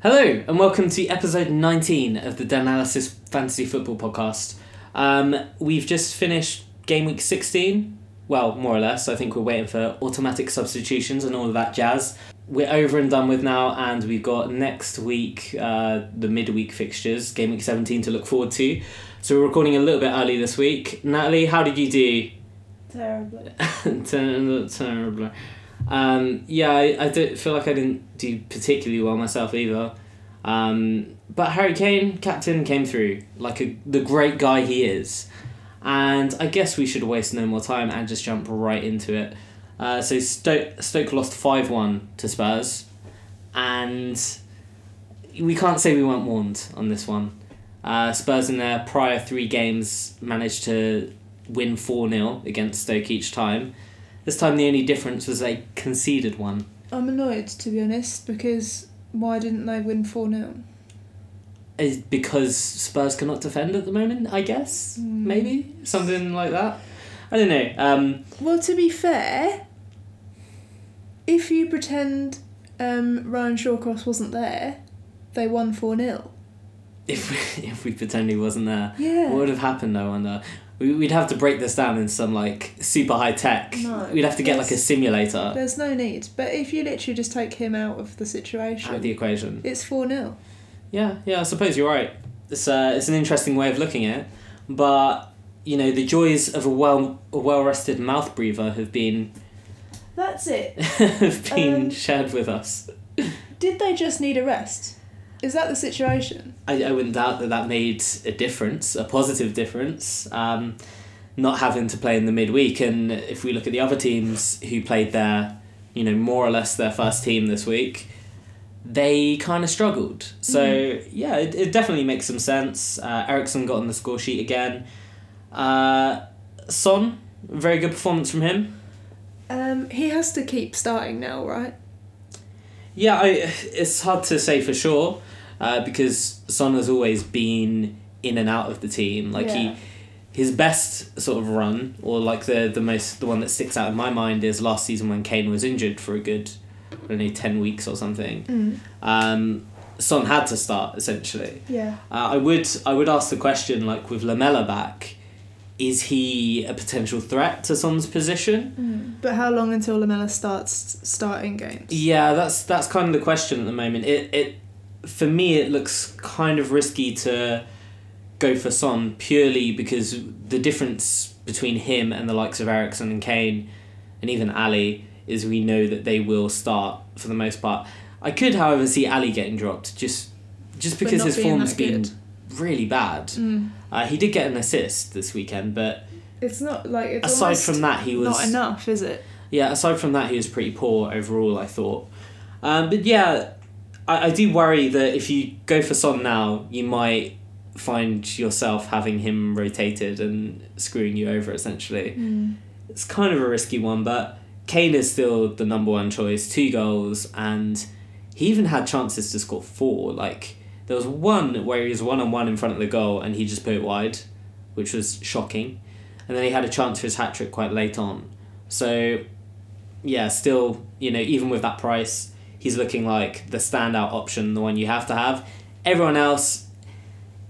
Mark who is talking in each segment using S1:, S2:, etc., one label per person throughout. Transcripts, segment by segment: S1: Hello, and welcome to episode 19 of the Analysis Fantasy Football Podcast. Um, we've just finished game week 16. Well, more or less. I think we're waiting for automatic substitutions and all of that jazz. We're over and done with now, and we've got next week, uh, the midweek fixtures, game week 17 to look forward to. So we're recording a little bit early this week. Natalie, how did you do?
S2: Terrible.
S1: Ter- terrible. Um, yeah, I, I do feel like I didn't do particularly well myself either. Um, but Harry Kane, captain, came through like a, the great guy he is. And I guess we should waste no more time and just jump right into it. Uh, so Stoke, Stoke lost 5 1 to Spurs. And we can't say we weren't warned on this one. Uh, Spurs, in their prior three games, managed to win 4 0 against Stoke each time. This time, the only difference was they conceded one.
S2: I'm annoyed to be honest because why didn't they win 4 0?
S1: Is because Spurs cannot defend at the moment, I guess.
S2: Hmm.
S1: Maybe? Something like that. I don't know. Um,
S2: Well, to be fair, if you pretend um, Ryan Shawcross wasn't there, they won 4 0.
S1: if, we, if we pretend he wasn't there,
S2: Yeah.
S1: what would have happened, I wonder? We, we'd have to break this down in some like super high tech.
S2: No,
S1: we'd have to get like a
S2: that's-
S1: simulator
S2: There's no need. But if you literally just take him out of
S1: out
S2: the
S1: of
S2: situation,
S1: the equation.
S2: it's 4 0.
S1: Yeah, yeah, I suppose you're right. It's uh, it's an interesting way of looking at it, but you know the joys of a well a well rested mouth breather have been
S2: That's it.
S1: have been
S2: Um,
S1: shared with us.
S2: Did they just need a rest? Is that the situation?
S1: I, I wouldn't doubt that that made a difference, a positive difference. Um, not having to play in the midweek, and if we look at the other teams who played their, you know, more or less their first team this week, they kind of struggled. So yeah, it, it definitely makes some sense. Uh, Ericsson got on the score sheet again. Uh, Son, very good performance from him.
S2: Um, he has to keep starting now, right?
S1: Yeah, I, it's hard to say for sure uh, because Son has always been in and out of the team. Like
S2: Yeah.
S1: he, his best sort of run, or like the the most the one that sticks out in my mind is last season when Kane was injured for a good, I don't know, ten weeks or something.
S2: Mm.
S1: Um, Son had to start essentially.
S2: Yeah.
S1: Uh, I would I would ask the question like with Lamella back, is he a potential threat to Son's position?
S2: But how long until Lamella starts starting games?
S1: Yeah, that's that's kind of the question at the moment. It it for me it looks kind of risky to go for Son purely because the difference between him and the likes of Ericsson and Kane and even Ali is we know that they will start for the most part. I could however see Ali getting dropped just just
S2: But
S1: because
S2: not
S1: his
S2: being
S1: form's
S2: that
S1: been
S2: good.
S1: really bad.
S2: Mm.
S1: Uh, he did get an assist this weekend, but
S2: It's not like it's
S1: aside
S2: almost
S1: from that he was
S2: not enough, is it?
S1: yeah, aside from that, he was pretty poor overall, I thought. Um, but yeah, I, I do worry that if you go for Son now, you might find yourself having him rotated and screwing you over, essentially. It's kind of a risky one, but Kane is still the number one choice, two goals, and he even had chances to score four. Like, there was one where he was one on one in front of the goal and he just put it wide, which was shocking. And then he had a chance for his hat trick quite late on. So yeah, still, you know, even with that price, he's looking like the standout option, the one you have to have. Everyone else,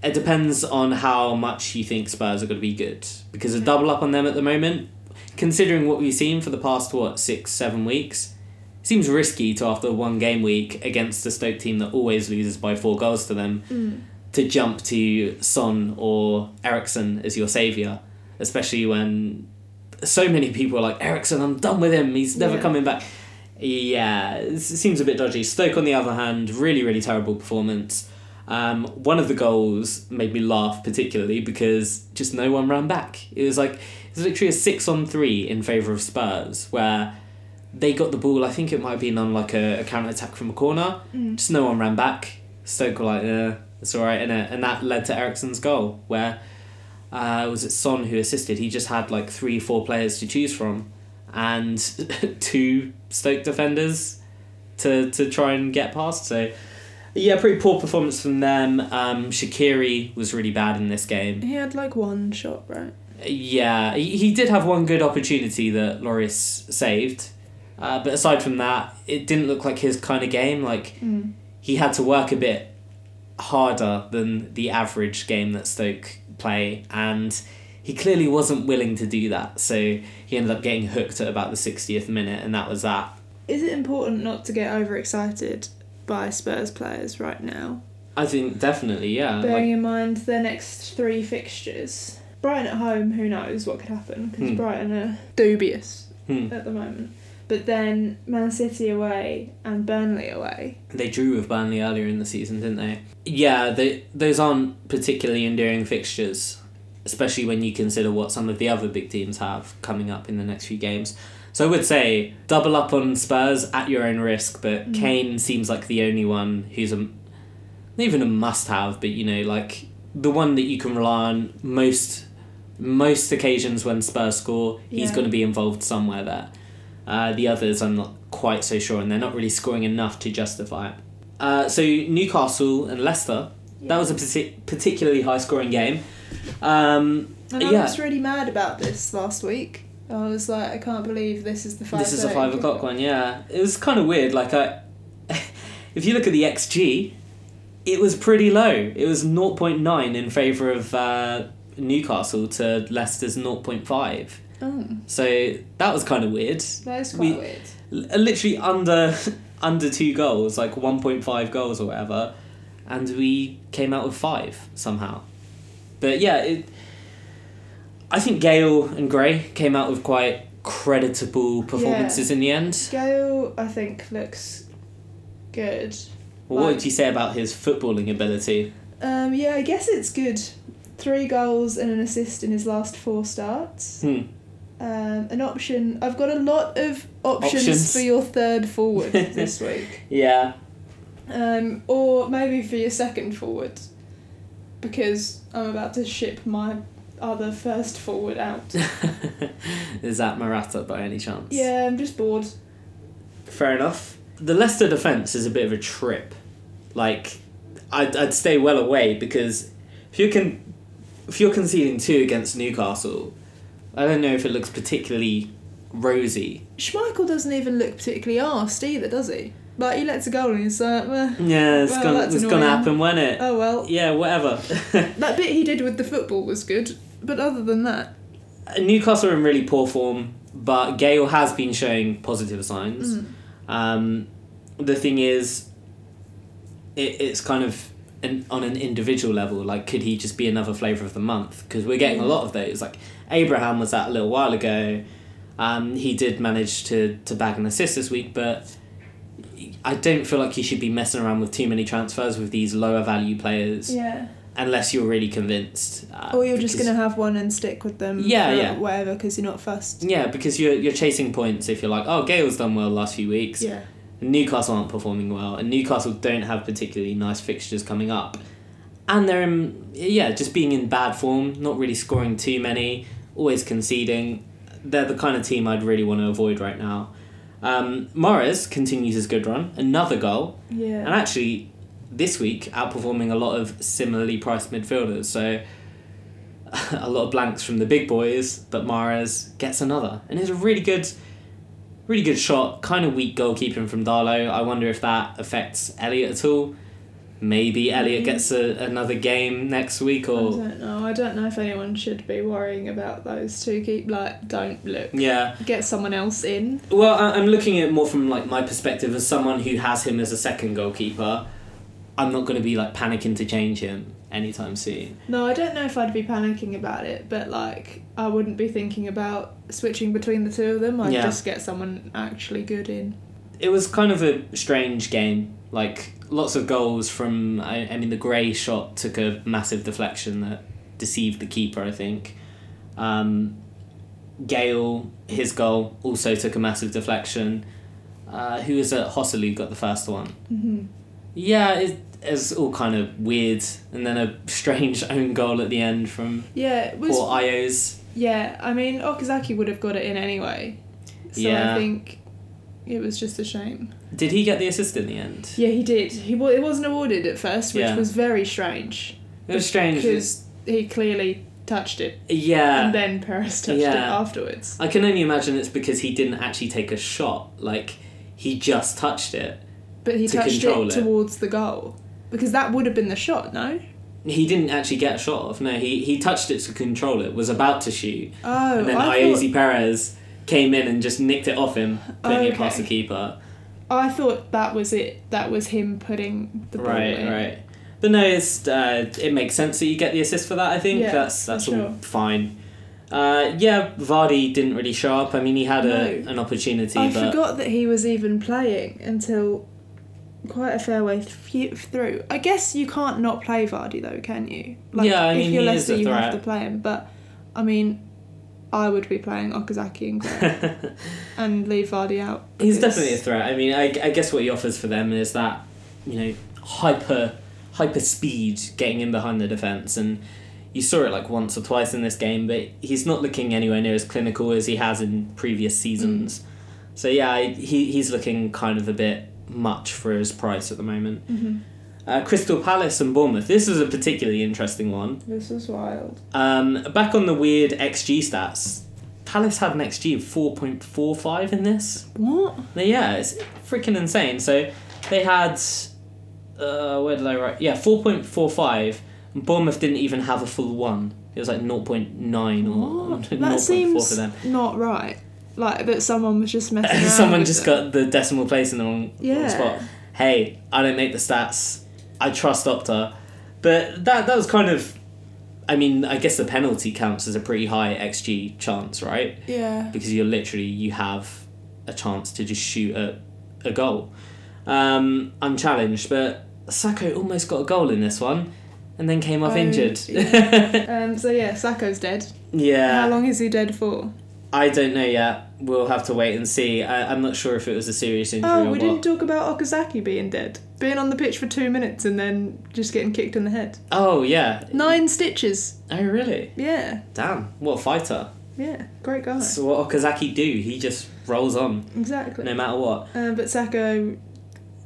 S1: it depends on how much you think Spurs are going to be good. Because a double up on them at the moment, considering what we've seen for the past, what, six, seven weeks, seems risky to, after one game week against a Stoke team that always loses by four goals to them, to jump to Son or Ericsson as your saviour. Especially when so many people are like Ericsson, I'm done with him. He's never
S2: Yeah.
S1: coming back. Yeah, it s- seems a bit dodgy. Stoke, on the other hand, really, really terrible performance. Um, one of the goals made me laugh particularly because just no one ran back. It was like it was literally a six on three in favour of Spurs, where they got the ball. I think it might have been on like a, a counter attack from a corner. Just no one ran back. Stoke were like, eh, it's all right, and and that led to Ericsson's goal, where uh, was it Son who assisted? He just had like three, four players to choose from, and two Stoke defenders to to try and get past. So, yeah, pretty poor performance from them. Um, Shakiri was really bad in this game.
S2: He had like one shot, right?
S1: Yeah, he, he did have one good opportunity that Loris saved, uh, but aside from that, it didn't look like his kind of game. Like he had to work a bit harder than the average game that Stoke play, and he clearly wasn't willing to do that. So he ended up getting hooked at about the 60th minute, and that was that.
S2: Is it important not to get overexcited by Spurs players right now?
S1: I think definitely, yeah.
S2: Bearing
S1: Uh, Like,
S2: in mind their next three fixtures. Brighton at home, who knows what could happen because
S1: Hmm.
S2: Brighton are dubious
S1: hmm.
S2: at the moment. But then Man City away and Burnley away.
S1: They drew with Burnley earlier in the season, didn't they? Yeah, they, those aren't particularly enduring fixtures, especially when you consider what some of the other big teams have coming up in the next few games. So I would say double up on Spurs at your own risk, but
S2: Mm.
S1: Kane seems like the only one who's a, not even a must have, but you know, like the one that you can rely on most most occasions when Spurs score, he's
S2: Yeah.
S1: going to be involved somewhere there. Uh, the others, I'm not quite so sure, and they're not really scoring enough to justify it. Uh, so Newcastle and Leicester, that was a partic- particularly high scoring game. Um,
S2: And I
S1: yeah.
S2: was really mad about this last week. I was like, I can't believe this is the five.
S1: this is a five o'clock one, yeah. It was kind of weird. Like I, if you look at the XG, it was pretty low. It was zero point nine in favor of uh, Newcastle to Leicester's zero point five.
S2: Oh,
S1: So that was kind of weird.
S2: that is quite
S1: We-
S2: weird.
S1: L- literally under under two goals, like one point five goals or whatever, and we came out with five somehow. But yeah, it. I think Gale and Gray came out with quite creditable performances in the end.
S2: Gale, I think, looks good.
S1: Well, what
S2: Like-
S1: did you say about his footballing ability?
S2: Um, yeah, I guess it's good. Three goals and an assist in his last four starts.
S1: Hmm.
S2: Um, an option. I've got a lot of options,
S1: Options.
S2: for your third forward this week,
S1: Yeah,
S2: um, or maybe for your second forward, because I'm about to ship my other first forward out.
S1: is that Maratta by any chance?
S2: yeah, I'm just bored.
S1: Fair enough. The Leicester defence is a bit of a trip. Like, I'd, I'd stay well away because if you can, if you're conceding two against Newcastle, I don't know if it looks particularly rosy.
S2: Schmeichel doesn't even look particularly arsed either, does he? Like he lets a goal and he's like, "Well,
S1: Yeah, it's
S2: Well,
S1: gonna
S2: that's
S1: it's gonna
S2: annoying.
S1: happen, won't it?
S2: oh well.
S1: Yeah, whatever.
S2: That bit he did with the football was good, but other than that,
S1: Newcastle are in really poor form, but Gale has been showing positive signs.
S2: mm.
S1: Um, the thing is, it, it's kind of an, on an individual level. Like, could he just be another flavour of the month? Because we're getting a lot of those. Like, Abraham was that a little while ago. Um, he did manage to, to bag an assist this week, but I don't feel like you should be messing around with too many transfers with these lower value players
S2: yeah.
S1: unless you're really convinced. Uh,
S2: Or you're just
S1: because-
S2: gonna have one and stick with them.
S1: Yeah,
S2: for
S1: yeah.
S2: Whatever, because you're not fussed.
S1: Yeah, because you're you're chasing points. If you're like, oh, Gale's done well last few weeks.
S2: Yeah.
S1: Newcastle aren't performing well, and Newcastle don't have particularly nice fixtures coming up. And they're in, yeah, just being in bad form, not really scoring too many, always conceding. They're the kind of team I'd really want to avoid right now. Um, Morris continues his good run, another goal, and
S2: Yeah.
S1: actually this week outperforming a lot of similarly priced midfielders. So a lot of blanks from the big boys, but Mares gets another, and it's a really good, really good shot. Kind of weak goalkeeping from Darlow. I wonder if that affects Elliot at all. Maybe Elliot
S2: Mm.
S1: gets a, another game next week,
S2: I
S1: or
S2: don't know. I don't know if anyone should be worrying about those two. Keep like, don't look.
S1: yeah.
S2: Get someone else in.
S1: Well, I- I'm looking at it more from like my perspective as someone who has him as a second goalkeeper. I'm not going to be like panicking to change him anytime soon.
S2: No, I don't know if I'd be panicking about it, but like, I wouldn't be thinking about switching between the two of them. I'd
S1: Yeah.
S2: just get someone actually good in.
S1: It was kind of a strange game. Like lots of goals from. I, I mean, the Gray shot took a massive deflection that deceived the keeper. I think. Um, Gale, his goal also took a massive deflection. Uh, who was at Hosselu got the first one.
S2: hmm
S1: Yeah, it, it's all kind of weird, and then a strange own goal at the end from
S2: Yeah, it was.
S1: poor Ios.
S2: yeah, I mean, Okazaki would have got it in anyway. So
S1: Yeah.
S2: I think it was just a shame.
S1: Did he get the assist in the end?
S2: Yeah, he did. He wa- it wasn't awarded at first, which
S1: Yeah.
S2: was very strange
S1: It was strange.
S2: because he clearly touched it,
S1: yeah,
S2: and then Perez touched it
S1: Yeah.
S2: afterwards.
S1: I can only imagine it's because he didn't actually take a shot. Like he just touched it,
S2: But he
S1: to
S2: touched
S1: control
S2: it,
S1: it.
S2: towards the goal. Because that would have been the shot, no?
S1: He didn't actually get shot off. No, he, he touched it to control it, was about to shoot,
S2: Oh,
S1: and then
S2: I,
S1: Iose Perez came in and just nicked it off him, putting it past the
S2: Okay.
S1: keeper.
S2: thought, I thought that was it. That was him putting the ball
S1: right,
S2: in.
S1: right. But no, it's uh, it makes sense that you get the assist for that. I think
S2: Yeah,
S1: that's that's
S2: for
S1: all
S2: sure.
S1: fine. Uh, yeah, Vardy didn't really show up. I mean, he had a,
S2: No.
S1: an opportunity,
S2: I
S1: but
S2: forgot that he was even playing until quite a fair way th- through. I guess you can't not play Vardy though, can you?
S1: Yeah, I mean,
S2: if you're
S1: he is
S2: Leicester,
S1: a
S2: you have to
S1: threat.
S2: play him. But I mean, I would be playing Okazaki and Gray and leave Vardy out.
S1: he's
S2: because-
S1: definitely a threat. I mean, I, I guess what he offers for them is that you know hyper hyper speed getting in behind the defense, and you saw it like once or twice in this game, but he's not looking anywhere near as clinical as he has in previous seasons. So yeah, I, he he's looking kind of a bit much for his price at the moment.
S2: Mhm.
S1: Uh, Crystal Palace and Bournemouth. This is a particularly interesting one.
S2: This is wild.
S1: Um, back on the weird XG stats, Palace had an XG of four point four five in this.
S2: What?
S1: But yeah, it's freaking insane. So they had, uh, where did I write? Yeah, 4.45. And Bournemouth didn't even have a full one. It was like 0.9 or
S2: What?
S1: 0.4
S2: That seems
S1: for them.
S2: not right. Like that someone was just messing around.
S1: Someone
S2: with
S1: just
S2: it.
S1: got the decimal place in the wrong, wrong
S2: Yeah.
S1: spot. Hey, I don't make the stats. I trust Opta. But that, that was kind of. I mean, I guess the penalty counts as a pretty high XG chance, right?
S2: Yeah.
S1: because you're literally you have a chance to just shoot a, a goal um, unchallenged but Sacco almost got a goal in this one and then came off
S2: Oh,
S1: injured yeah,
S2: yeah. Um. So yeah, Sacco's dead. How long is he dead for?
S1: I don't know yet we'll have to wait and see I, I'm not sure if it was a serious injury
S2: Oh,
S1: or
S2: we
S1: what
S2: didn't talk about Okazaki being dead. Being on the pitch for two minutes and then just getting kicked in the head.
S1: oh yeah
S2: Nine stitches.
S1: oh really
S2: Yeah,
S1: damn what a fighter
S2: yeah. Great guy.
S1: that's what Okazaki do he just rolls on
S2: Exactly.
S1: no matter what
S2: Uh, but Sacco,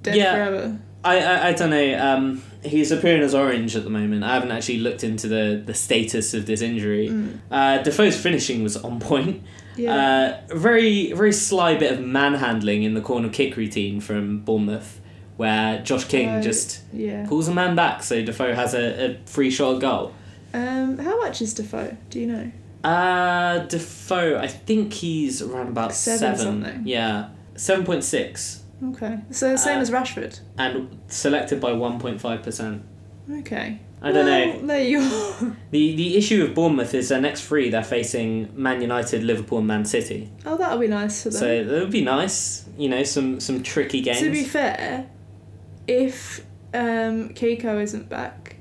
S2: dead
S1: Yeah.
S2: forever.
S1: I, I, I don't know. Um, he's appearing as orange at the moment. I haven't actually looked into the, the status of this injury. Uh, Defoe's finishing was on point.
S2: Mm. Yeah.
S1: Uh, very very sly bit of manhandling in the corner kick routine from Bournemouth, where Josh King
S2: Right.
S1: just
S2: Oh, yeah.
S1: pulls a man back, so Defoe has a, a free shot goal.
S2: Um, how much is Defoe? Do you know?
S1: Uh, Defoe, I think he's around about
S2: Seven
S1: seven.
S2: something.
S1: Yeah, seven point six,
S2: Okay. So the same
S1: Uh,
S2: as Rashford.
S1: and selected by one point five percent.
S2: Okay.
S1: I don't know.
S2: Well, There you are.
S1: The the issue with Bournemouth is their next three they're facing Man United, Liverpool, and Man City.
S2: oh, that'll be nice for them.
S1: So that would be nice. You know, some some tricky games.
S2: To be fair, if um, Kiko isn't back,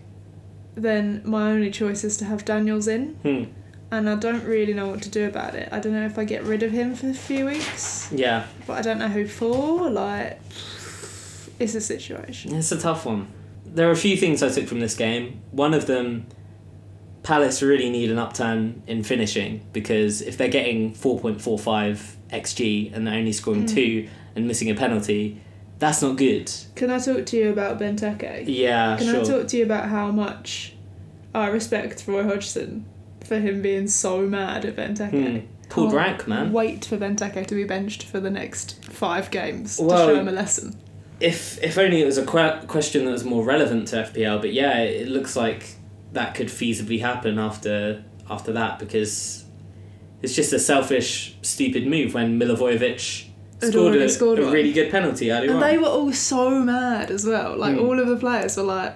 S2: then my only choice is to have Daniels in,
S1: hmm.
S2: and I don't really know what to do about it. I don't know if I get rid of him for a few weeks,
S1: Yeah,
S2: but I don't know who for. Like, it's a situation.
S1: it's a tough one. There are a few things I took from this game. One of them, Palace really need an upturn in finishing because if they're getting four point four five xg and they're only scoring
S2: Mm.
S1: two and missing a penalty, that's not good.
S2: Can I talk to you about Benteke?
S1: Yeah,
S2: Can
S1: sure.
S2: I talk to you about how much I respect Roy Hodgson for him being so mad at Benteke?
S1: Hmm. Pulled
S2: Can't
S1: rank, man.
S2: Wait for Benteke to be benched for the next five games
S1: Well-
S2: to show him a lesson.
S1: if if only it was a que- question that was more relevant to FPL. But yeah, it, it looks like that could feasibly happen after after that because it's just a selfish, stupid move when Milivojevic
S2: Had
S1: scored a,
S2: already scored
S1: a
S2: one.
S1: really good penalty early
S2: And
S1: on.
S2: they were all so mad as well. Like
S1: Hmm.
S2: all of the players were like,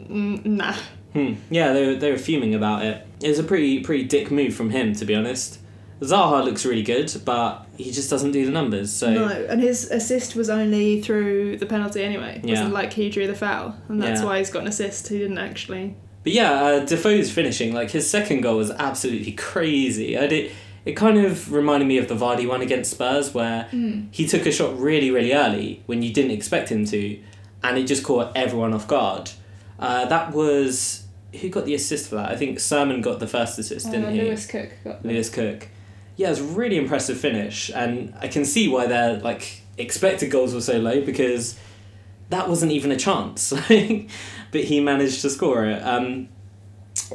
S2: "Mm, nah.
S1: Hmm. Yeah, they were, they were fuming about it. It was a pretty pretty dick move from him, to be honest. Zaha looks really good, but he just doesn't do the numbers. So
S2: No. And his assist was only through the penalty anyway. It
S1: Yeah.
S2: wasn't like he drew the foul. And that's
S1: Yeah.
S2: why he's got an assist. He didn't actually.
S1: But yeah, uh, Defoe's finishing like his second goal was absolutely crazy. I did. It kind of reminded me of the Vardy one against Spurs, where he took a shot really, really early when you didn't expect him to, and it just caught everyone off guard. Uh, that was who got the assist for that. I think Sermon got the first assist, didn't he?
S2: Uh, Cook got
S1: Lewis Cook. Yeah, it's a really impressive finish, and I can see why their like expected goals were so low because that wasn't even a chance. like, but he managed to score it. Um,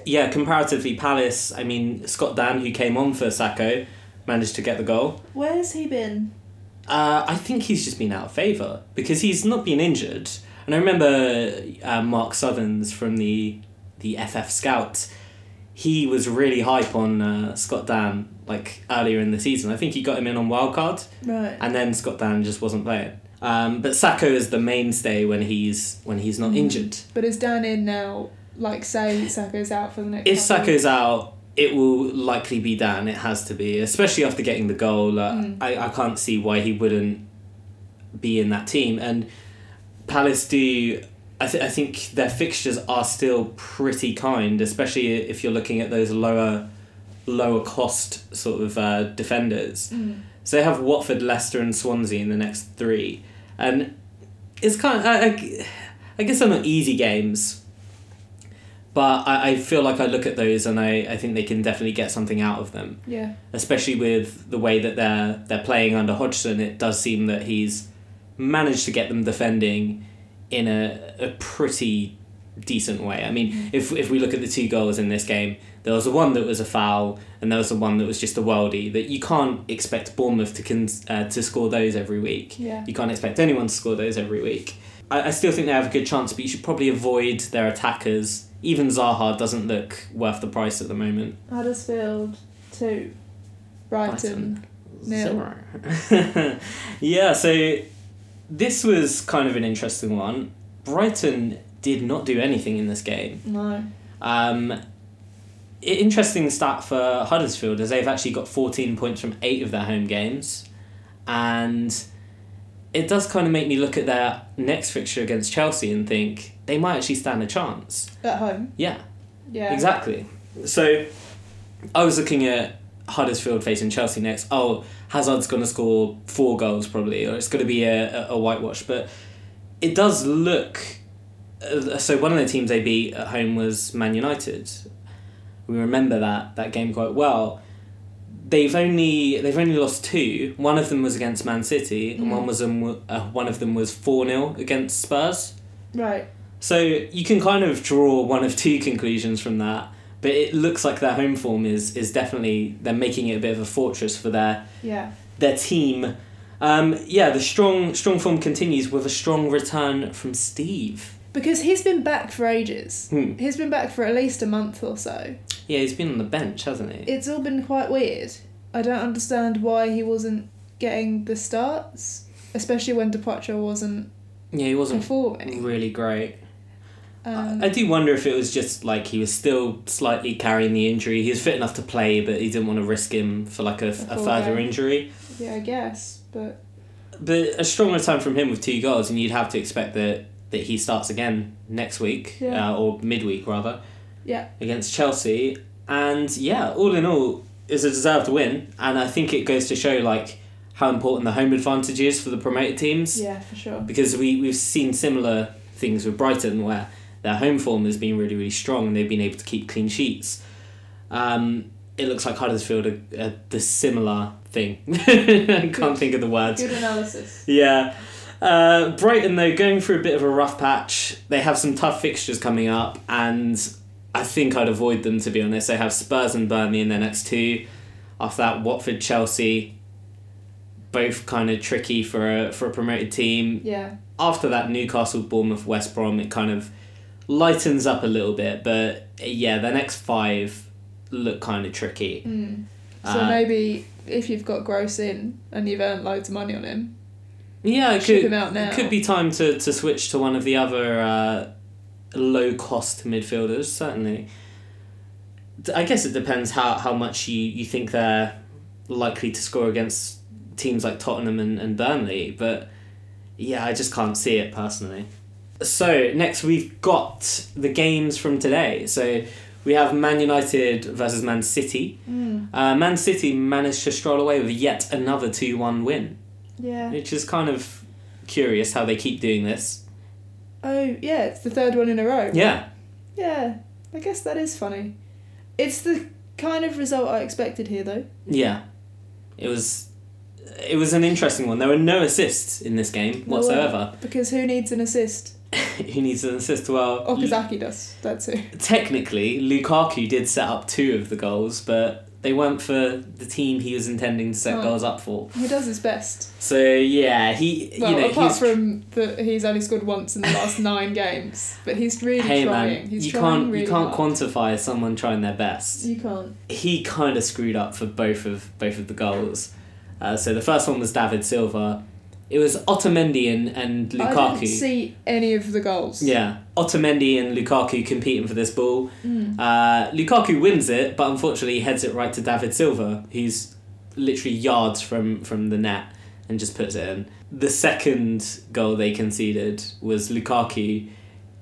S1: yeah, comparatively, Palace. I mean, Scott Dan, who came on for Sacco, managed to get the goal.
S2: Where's he been?
S1: Uh, I think he's just been out of favour because he's not been injured. And I remember uh, Mark Southerns from the the FF Scout. He was really hype on uh, Scott Dan like earlier in the season. I think he got him in on wildcard,
S2: Right.
S1: and then Scott Dan just wasn't playing. Um, but Sacco is the mainstay when he's when he's not injured.
S2: But is Dan in now? Like, say Sacco's out for the next.
S1: If
S2: couple-
S1: Sacco's out, it will likely be Dan. It has to be, especially after getting the goal. Like, I, I can't see why he wouldn't be in that team. And Palace do. I, th- I think their fixtures are still pretty kind, especially if you're looking at those lower, lower cost sort of uh, defenders.
S2: Mm,
S1: So they have Watford, Leicester, and Swansea in the next three, and it's kind. Of, I, I, I guess they're not easy games, but I, I feel like I look at those and I, I think they can definitely get something out of them,
S2: Yeah.
S1: especially with the way that they're they're playing under Hodgson. It does seem that he's managed to get them defending in a, a pretty decent way. I mean, if if we look at the two goals in this game, there was the one that was a foul and there was the one that was just a worldie that you can't expect Bournemouth to con- uh, to score those every week.
S2: Yeah.
S1: You can't expect anyone to score those every week. I, I still think they have a good chance, but you should probably avoid their attackers. Even Zaha doesn't look worth the price at the moment.
S2: Huddersfield two. Brighton. Nil.
S1: Zero. yeah, so this was kind of an interesting one. Brighton did not do anything in this game.
S2: No.
S1: Um, i- interesting stat for Huddersfield is they've actually got 14 points from eight of their home games. And it does kind of make me look at their next fixture against Chelsea and think they might actually stand a chance.
S2: At home.
S1: Yeah,
S2: Yeah.
S1: exactly. So I was looking at Huddersfield facing Chelsea next. Oh, Hazard's going to score four goals probably, or it's going to be a, a, a whitewash. But it does look. Uh, so one of the teams they beat at home was Man United. We remember that that game quite well. They've only they've only lost two. One of them was against Man City, and one was um, uh, one of them was four 0 against Spurs.
S2: Right.
S1: So you can kind of draw one of two conclusions from that, but it looks like their home form is is definitely they're making it a bit of a fortress for their
S2: Yeah.
S1: their team. Um, yeah, the strong strong form continues with a strong return from Steve.
S2: Because he's been back for ages.
S1: Hmm.
S2: He's been back for at least a month or so.
S1: Yeah, he's been on the bench, hasn't he?
S2: It's all been quite weird. I don't understand why he wasn't getting the starts, especially when Departure wasn't
S1: Yeah, he wasn't
S2: performing.
S1: really great.
S2: Um,
S1: Mm. I do wonder if it was just like he was still slightly carrying the injury. He was fit enough to play, but he didn't want to risk him for like a, a
S2: full
S1: further
S2: game.
S1: injury.
S2: yeah, I guess, but
S1: But a strong return from him with two goals, and you'd have to expect that, that he starts again next week,
S2: Yeah.
S1: uh, or midweek rather,
S2: yeah,
S1: against Chelsea. And yeah, all in all, it's a deserved win, and I think it goes to show like how important the home advantage is for the promoted teams.
S2: yeah, for sure.
S1: Because we we've seen similar things with Brighton where their home form has been really really strong and they've been able to keep clean sheets. Um, it looks like Huddersfield are, are the similar thing. I can't think of the words.
S2: Good analysis.
S1: Yeah. Uh, Brighton, though, going through a bit of a rough patch. They have some tough fixtures coming up, and I think I'd avoid them, to be honest. They have Spurs and Burnley in their next two. After that, Watford, Chelsea, both kind of tricky for a, for a promoted team.
S2: Yeah,
S1: After that, Newcastle, Bournemouth, West Brom, it kind of lightens up a little bit, but uh, yeah, their next five look kind of tricky.
S2: so
S1: Uh,
S2: maybe if you've got Gross in and you've earned loads of money on him,
S1: Yeah, it
S2: Ship
S1: could,
S2: him out now.
S1: it could be time to, to switch to one of the other uh, low cost midfielders, certainly. D- I guess it depends how, how much you, you think they're likely to score against teams like Tottenham and, and Burnley, but yeah, I just can't see it personally. So, next we've got the games from today. So, we have Man United versus Man City. Uh, Man City managed to stroll away with yet another 2 1 win
S2: yeah.
S1: which is kind of curious how they keep doing this.
S2: Oh, yeah, it's the third one in a row.
S1: Yeah,
S2: Yeah, I guess that is funny. It's the kind of result I expected here, though.
S1: yeah, it was, it was an interesting one. There were no assists in this game
S2: No
S1: whatsoever.
S2: Because who needs an assist?
S1: Who needs an assist? Well,
S2: Oh, Okazaki does, that's who.
S1: technically Lukaku did set up two of the goals, but They weren't for the team he was intending to set
S2: No.
S1: goals up for.
S2: He does his best.
S1: So yeah, he
S2: Well,
S1: you know
S2: apart
S1: he's
S2: from that, he's only scored once in the last nine games, but he's really
S1: hey
S2: trying.
S1: man,
S2: he's
S1: you
S2: trying
S1: can't
S2: really
S1: you can't
S2: hard.
S1: quantify someone trying their best.
S2: You can't.
S1: He kind of screwed up for both of both of the goals. Uh, so the first one was David Silva. It was Otamendi and, and Lukaku.
S2: I didn't see any of the goals.
S1: Yeah, Otamendi and Lukaku competing for this ball.
S2: Mm.
S1: Uh, Lukaku wins it, but unfortunately heads it right to David Silva, who's literally yards from, from the net and just puts it in. The second goal they conceded was Lukaku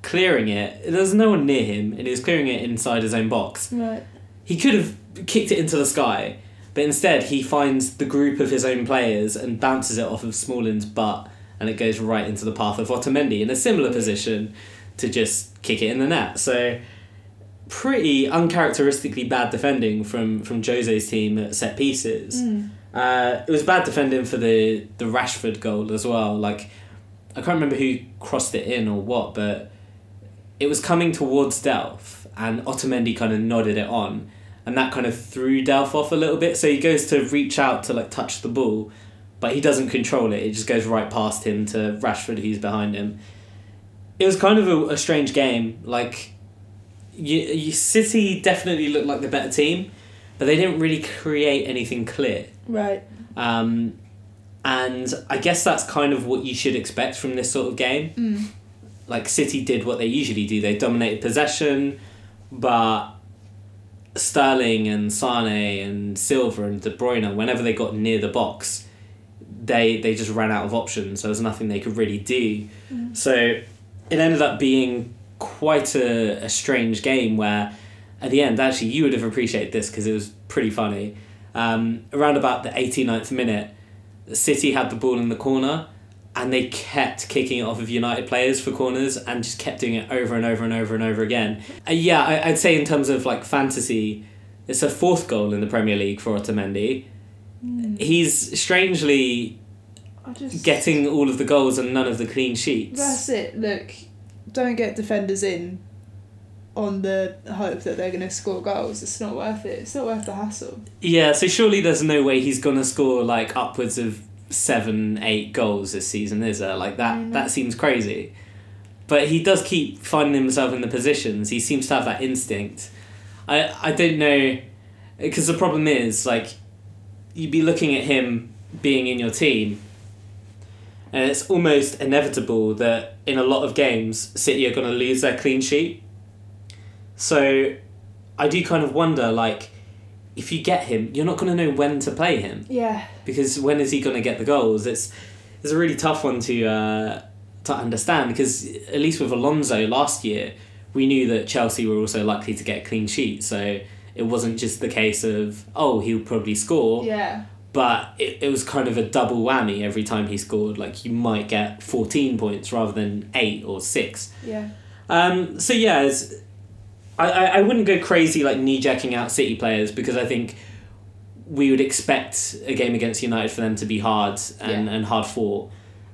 S1: clearing it. There's no one near him, and he was clearing it inside his own box.
S2: Right.
S1: He could have kicked it into the sky, but instead he finds the group of his own players and bounces it off of Smalling's butt, and it goes right into the path of Otamendi in a similar position to just kick it in the net. So pretty uncharacteristically bad defending from from Jose's team at set pieces.
S2: Mm.
S1: Uh, it was bad defending for the the Rashford goal as well. Like I can't remember who crossed it in or what, but it was coming towards Delph, and Otamendi kind of nodded it on, and that kind of threw Delph off a little bit. So he goes to reach out to like touch the ball, but he doesn't control it. It just goes right past him to Rashford, who's behind him. It was kind of a, a strange game. Like, you, you City definitely looked like the better team, but they didn't really create anything clear.
S2: Right.
S1: Um, and I guess that's kind of what you should expect from this sort of game.
S2: Mm.
S1: Like City did what they usually do; they dominated possession, but Sterling and Sane and Silva and De Bruyne, whenever they got near the box, they they just ran out of options. There was nothing they could really do. So it ended up being quite a, a strange game where at the end actually you would have appreciated this because it was pretty funny um, around about the 89th minute city had the ball in the corner and they kept kicking it off of united players for corners and just kept doing it over and over and over and over again Uh, yeah I, i'd say in terms of like fantasy it's a fourth goal in the premier league for otamendi he's strangely
S2: I just
S1: getting all of the goals and none of the clean sheets
S2: That's it. Look, don't get defenders in on the hope that they're going to score goals. It's not worth it. It's not worth the hassle.
S1: Yeah, so surely there's no way he's gonna score like upwards of seven, eight goals this season, is there? Like that
S2: Mm.
S1: that seems crazy. But he does keep finding himself in the positions. He seems to have that instinct. I I don't know because the problem is like you'd be looking at him being in your team and it's almost inevitable that in a lot of games City are going to lose their clean sheet. So I do kind of wonder like if you get him, you're not going to know when to play him
S2: Yeah.
S1: because when is he going to get the goals? It's it's a really tough one to uh, to understand because at least with Alonso last year, we knew that Chelsea were also likely to get a clean sheet, so it wasn't just the case of oh he'll probably score,
S2: Yeah.
S1: but it, it was kind of a double whammy every time he scored. Like you might get fourteen points rather than eight or six.
S2: Yeah.
S1: Um, so yeah, it's, I, I, I wouldn't go crazy like knee jacking out City players because I think we would expect a game against United for them to be hard and,
S2: Yeah.
S1: and hard fought.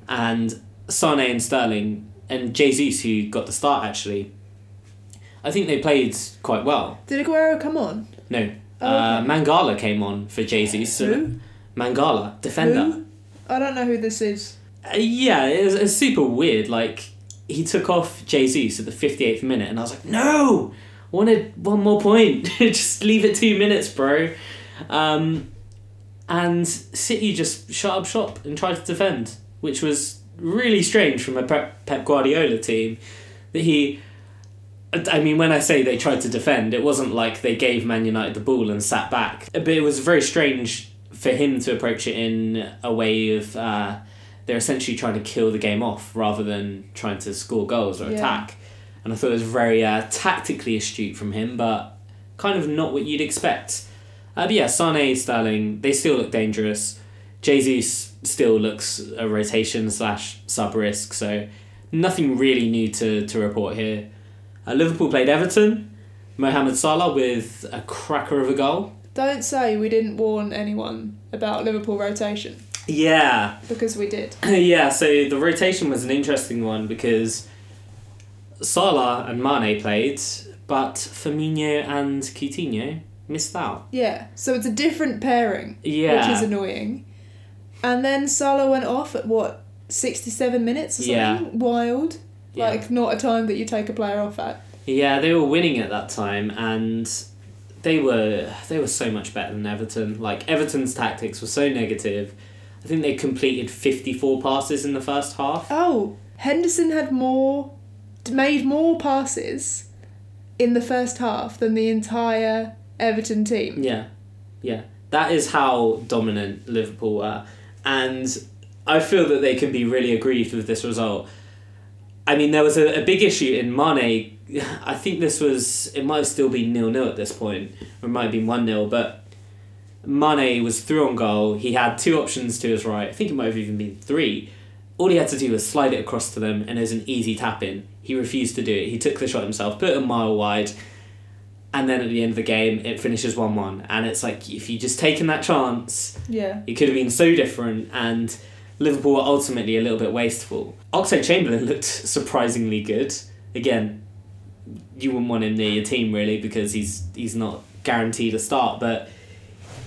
S1: And Sane and Sterling and Jesus, who got the start actually, I think they played quite well.
S2: Did Aguero come on?
S1: No,
S2: Oh,
S1: uh,
S2: okay.
S1: Mangala came on for Jesus. So
S2: Who?
S1: Mangala, defender.
S2: Who? I don't know who this is.
S1: Uh, yeah, it was, it was super weird. Like he took off Jesus at the fifty eighth minute, and I was like, no, I wanted one more point. just leave it two minutes, bro. Um, and City just shut up shop and tried to defend, which was really strange from a Pep Pep Guardiola team. That he, I mean, when I say they tried to defend, it wasn't like they gave Man United the ball and sat back. But it was very strange for him to approach it in a way of. Uh, they're essentially trying to kill the game off rather than trying to score goals or
S2: Yeah.
S1: attack. And I thought it was very uh, tactically astute from him, but kind of not what you'd expect. Uh, but yeah, Sane, Sterling, they still look dangerous. Jesus still looks a rotation slash sub risk, so nothing really new to, to report here. Uh, Liverpool played Everton. Mohamed Salah with a cracker of a goal.
S2: Don't say we didn't warn anyone about Liverpool rotation
S1: Yeah,
S2: because we did.
S1: yeah, so the rotation was an interesting one because Salah and Mane played, but Firmino and Coutinho missed out.
S2: Yeah, so it's a different pairing,
S1: Yeah.
S2: which is annoying. And then Salah went off at what sixty-seven minutes or something.
S1: Yeah.
S2: Wild,
S1: yeah.
S2: like not a time that you take a player off at.
S1: Yeah, they were winning at that time, and they were they were so much better than Everton. Like Everton's tactics were so negative. I think they completed fifty four passes in the first half.
S2: Oh, Henderson had more, made more passes in the first half than the entire Everton team.
S1: Yeah, yeah, that is how dominant Liverpool were, and I feel that they can be really aggrieved with this result. I mean, there was a, a big issue in Mane. I think this was it might still be nil nil at this point, or it might have been one 0 but. Mane was through on goal. He had two options to his right. I think it might have even been three. All he had to do was slide it across to them, and it was an easy tap in. He refused to do it. He took the shot himself, put it a mile wide, and then at the end of the game, it finishes 1 1. And it's like, if you just taken that chance,
S2: Yeah.
S1: it could have been so different. And Liverpool were ultimately a little bit wasteful. Oxlade Chamberlain looked surprisingly good. Again, you wouldn't want him near your team, really, because he's, he's not guaranteed a start. But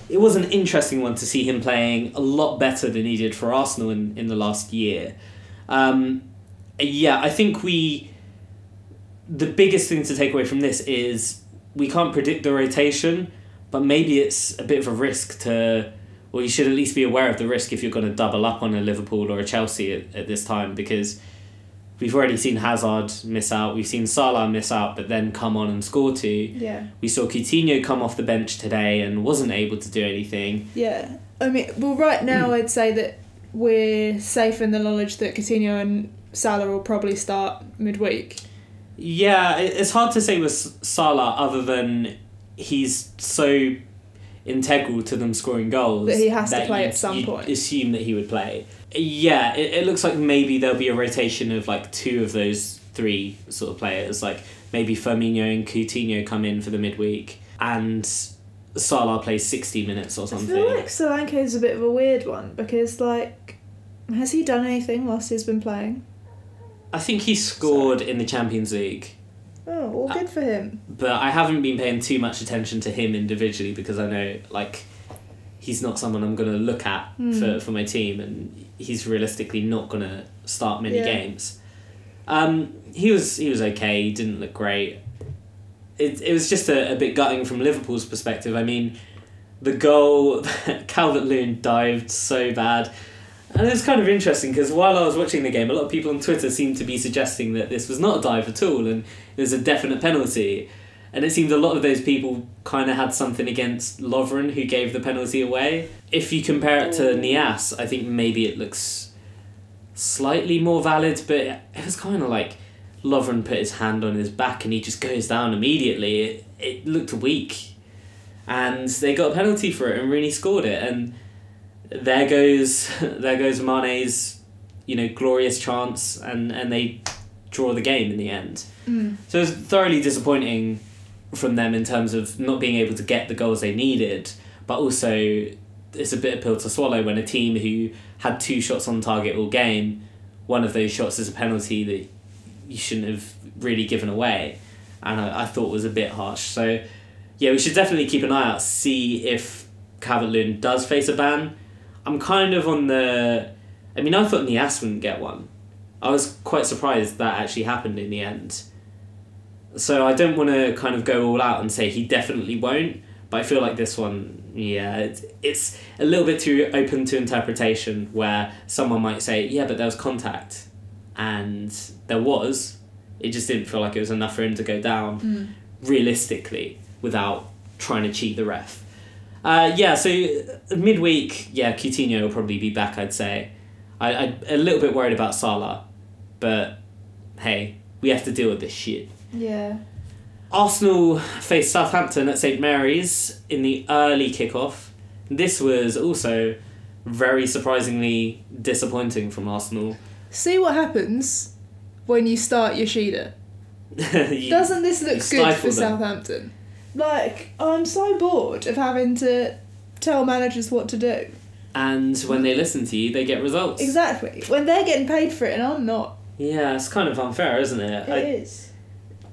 S1: it was an interesting one to see him playing a lot better than he did for Arsenal in, in the last year. Um, yeah, I think we. The biggest thing to take away from this is we can't predict the rotation, but maybe it's a bit of a risk to. Well, you should at least be aware of the risk if you're going to double up on a Liverpool or a Chelsea at, at this time because we've already seen Hazard miss out, we've seen Salah miss out, but then come on and score two.
S2: Yeah.
S1: We saw Coutinho come off the bench today and wasn't able to do anything.
S2: Yeah. I mean, well, right
S1: Mm.
S2: now I'd say that we're safe in the knowledge that Coutinho and Salah will probably start midweek.
S1: Yeah, it- it's hard to say with S- Salah other than he's so integral to them scoring goals
S2: That he has to play
S1: you'd-
S2: at some
S1: you'd
S2: point.
S1: Assume that he would play. Yeah, it, it looks like maybe there'll be a rotation of like two of those three sort of players. Like maybe Firmino and Coutinho come in for the midweek, and Salah plays sixty minutes or
S2: I
S1: something.
S2: feel like Solanke is a bit of a weird one because, like, has he done anything whilst he's been playing?
S1: I think he scored in the Champions League.
S2: Oh, well,
S1: Uh,
S2: good for him.
S1: but I haven't been paying too much attention to him individually because I know like he's not someone I'm gonna look at
S2: Hmm.
S1: for, for my team and he's realistically not gonna start many
S2: Yeah.
S1: games. Um, he was he was okay, he didn't look great. It, it was just a, a bit gutting from Liverpool's perspective. I mean, the goal Calvert Loon dived so bad. And it was kind of interesting because while I was watching the game, a lot of people on Twitter seemed to be suggesting that this was not a dive at all and it was a definite penalty. And it seemed a lot of those people kind of had something against Lovren, who gave the penalty away. If you compare it to
S2: Mm.
S1: Nias, I think maybe it looks slightly more valid, but it was kind of like Lovren put his hand on his back and he just goes down immediately. It, it looked weak. And they got a penalty for it and Rooney scored it. And there goes there goes Mane's, you know, glorious chance and, and they draw the game in the end.
S2: Mm.
S1: So it was thoroughly disappointing from them in terms of not being able to get the goals they needed, but also it's a bitter pill to swallow when a team who had two shots on target all game, one of those shots is a penalty that you shouldn't have really given away, and I, I thought was a bit harsh. So yeah, we should definitely keep an eye out, see if Calvert-Lewin does face a ban. I'm kind of on the. I mean, I thought Nias wouldn't get one. I was quite surprised that actually happened in the end. So I don't want to kind of go all out and say he definitely won't, but I feel like this one, yeah, it's, it's a little bit too open to interpretation where someone might say, yeah, but there was contact. And there was. It just didn't feel like it was enough for him to go down
S2: Mm.
S1: realistically without trying to cheat the ref. Uh, yeah, so midweek, yeah, Coutinho will probably be back, I'd say. I, I a little bit worried about Salah, but hey, we have to deal with this shit.
S2: Yeah.
S1: Arsenal faced Southampton at St Mary's in the early kickoff. This was also very surprisingly disappointing from Arsenal.
S2: See what happens when you start Yoshida.
S1: You-
S2: Doesn't this
S1: you
S2: look good
S1: stifle them.
S2: for Southampton? Like, I'm so bored of having to tell managers what to do.
S1: and when they listen to you, they get results.
S2: Exactly. When they're getting paid for it and I'm not.
S1: Yeah, it's kind of unfair, isn't
S2: It
S1: it?
S2: is.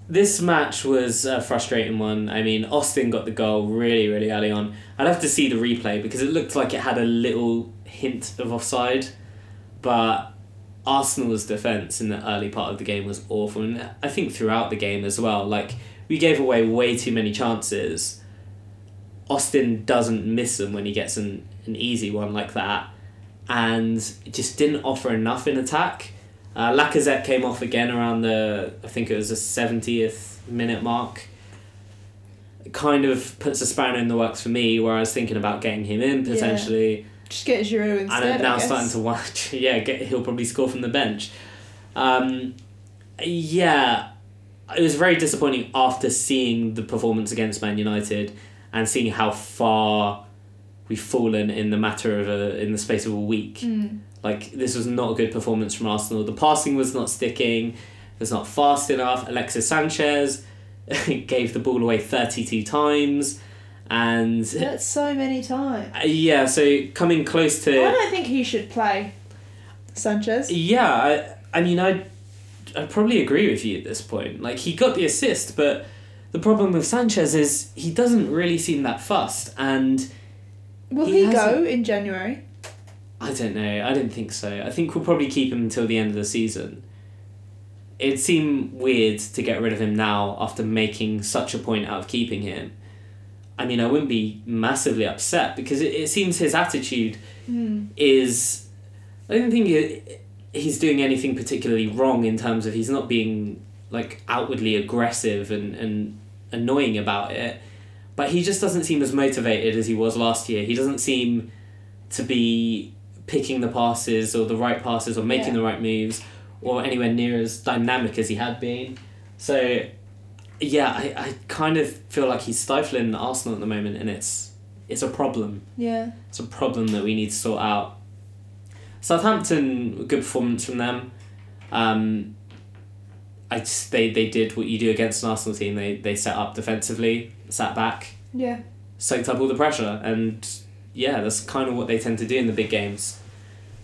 S1: this match was a frustrating one. I mean, Austin got the goal really, really early on. I'd have to see the replay because it looked like it had a little hint of offside, but Arsenal's defense in the early part of the game was awful, and I think throughout the game as well. Like we gave away way too many chances. Austin doesn't miss them when he gets an, an easy one like that, and just didn't offer enough in attack. Uh, Lacazette came off again around the I think it was the seventieth minute mark. It kind of puts a spanner in the works for me, where I was thinking about getting him in
S2: Yeah.
S1: potentially.
S2: Just get Giroud instead.
S1: And I'm now
S2: I guess.
S1: starting to watch. Yeah, get, he'll probably score from the bench. Um, yeah, it was very disappointing after seeing the performance against Man United and seeing how far we've fallen in the matter of a in the space of a week.
S2: Mm.
S1: Like this was not a good performance from Arsenal. The passing was not sticking. It was not fast enough. Alexis Sanchez gave the ball away thirty two times, and
S2: That's so many times.
S1: uh, yeah, so coming close to.
S2: I don't think he should play Sanchez.
S1: Yeah, I, I mean, I, I probably agree with you at this point. Like he got the assist, but the problem with Sanchez is he doesn't really seem that fussed, and
S2: Will
S1: He
S2: he, go
S1: hasn't-
S2: in January?
S1: I don't know. I don't think so. I think we'll probably keep him until the end of the season. It'd seem weird to get rid of him now after making such a point out of keeping him. I mean, I wouldn't be massively upset because it, it seems his attitude
S2: Mm.
S1: is I don't think he- he's doing anything particularly wrong in terms of he's not being like outwardly aggressive and, and annoying about it but he just doesn't seem as motivated as he was last year he doesn't seem to be picking the passes or the right passes or making
S2: Yeah.
S1: the right moves or anywhere near as dynamic as he had been so yeah I, I kind of feel like he's stifling Arsenal at the moment and it's it's a problem
S2: Yeah.
S1: it's a problem that we need to sort out. Southampton, good performance from them. Um, I just, they, they did what you do against an Arsenal team. They, they set up defensively, sat back,
S2: Yeah.
S1: soaked up all the pressure. And yeah, that's kind of what they tend to do in the big games.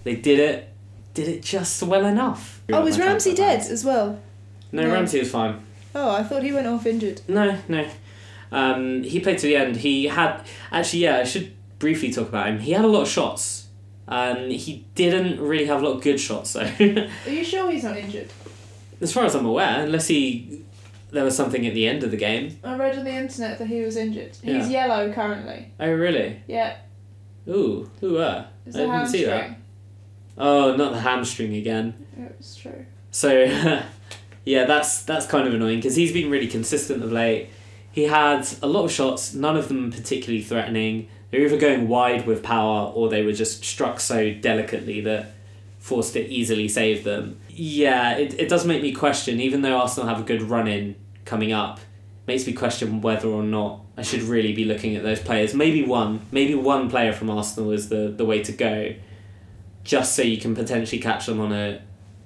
S1: They did it, did it just well enough.
S2: Oh, was
S1: My
S2: Ramsey
S1: transfer
S2: dead
S1: plans.
S2: as well?
S1: No,
S2: No.
S1: Ramsey was fine.
S2: Oh, I thought he went off injured.
S1: No, no. Um, he played to the end. He had actually, yeah. I should briefly talk about him. He had a lot of shots. Um, he didn't really have a lot of good shots though.
S2: Are you sure he's not injured?
S1: as far as I'm aware, unless he there was something at the end of the game.
S2: I read on the internet that he was injured. He's
S1: Yeah.
S2: yellow currently.
S1: Oh really?
S2: Yeah.
S1: Ooh, ooh, uh.
S2: It's
S1: I
S2: a
S1: didn't
S2: hamstring.
S1: see that. Oh, not the hamstring again.
S2: It was true.
S1: So, yeah, that's that's kind of annoying because he's been really consistent of late. He had a lot of shots, none of them particularly threatening. They were either going wide with power or they were just struck so delicately that forced to easily save them. Yeah, it, it does make me question, even though Arsenal have a good run in coming up, makes me question whether or not I should really be looking at those players. Maybe one, maybe one player from Arsenal is the, the way to go, just so you can potentially catch them on a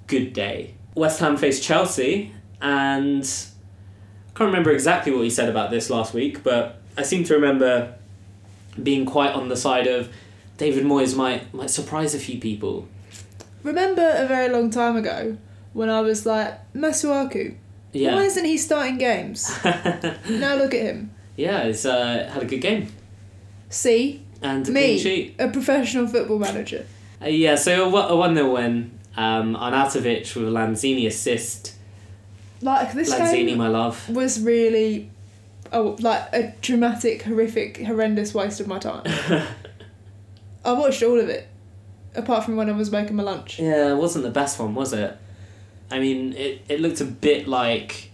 S1: good day. West Ham faced Chelsea, and I can't remember exactly what he said about this last week, but I seem to remember being quite on the side of David Moyes might might surprise a few people.
S2: Remember a very long time ago when I was like, Masuaku, why
S1: Yeah.
S2: isn't he starting games? now look at him.
S1: yeah, it's uh, had a good game
S2: See,
S1: and a
S2: Me.
S1: clean sheet.
S2: a professional football manager.
S1: Uh, yeah, so a, wa- a 1 0 win. Um, Arnautovic with a Lanzini assist.
S2: Like this
S1: Lanzini,
S2: game
S1: my love.
S2: was really, oh, like a dramatic, horrific, horrendous waste of my time. I watched all of it, apart from when I was making my lunch.
S1: Yeah, it wasn't the best one, was it? I mean, it, it looked a bit like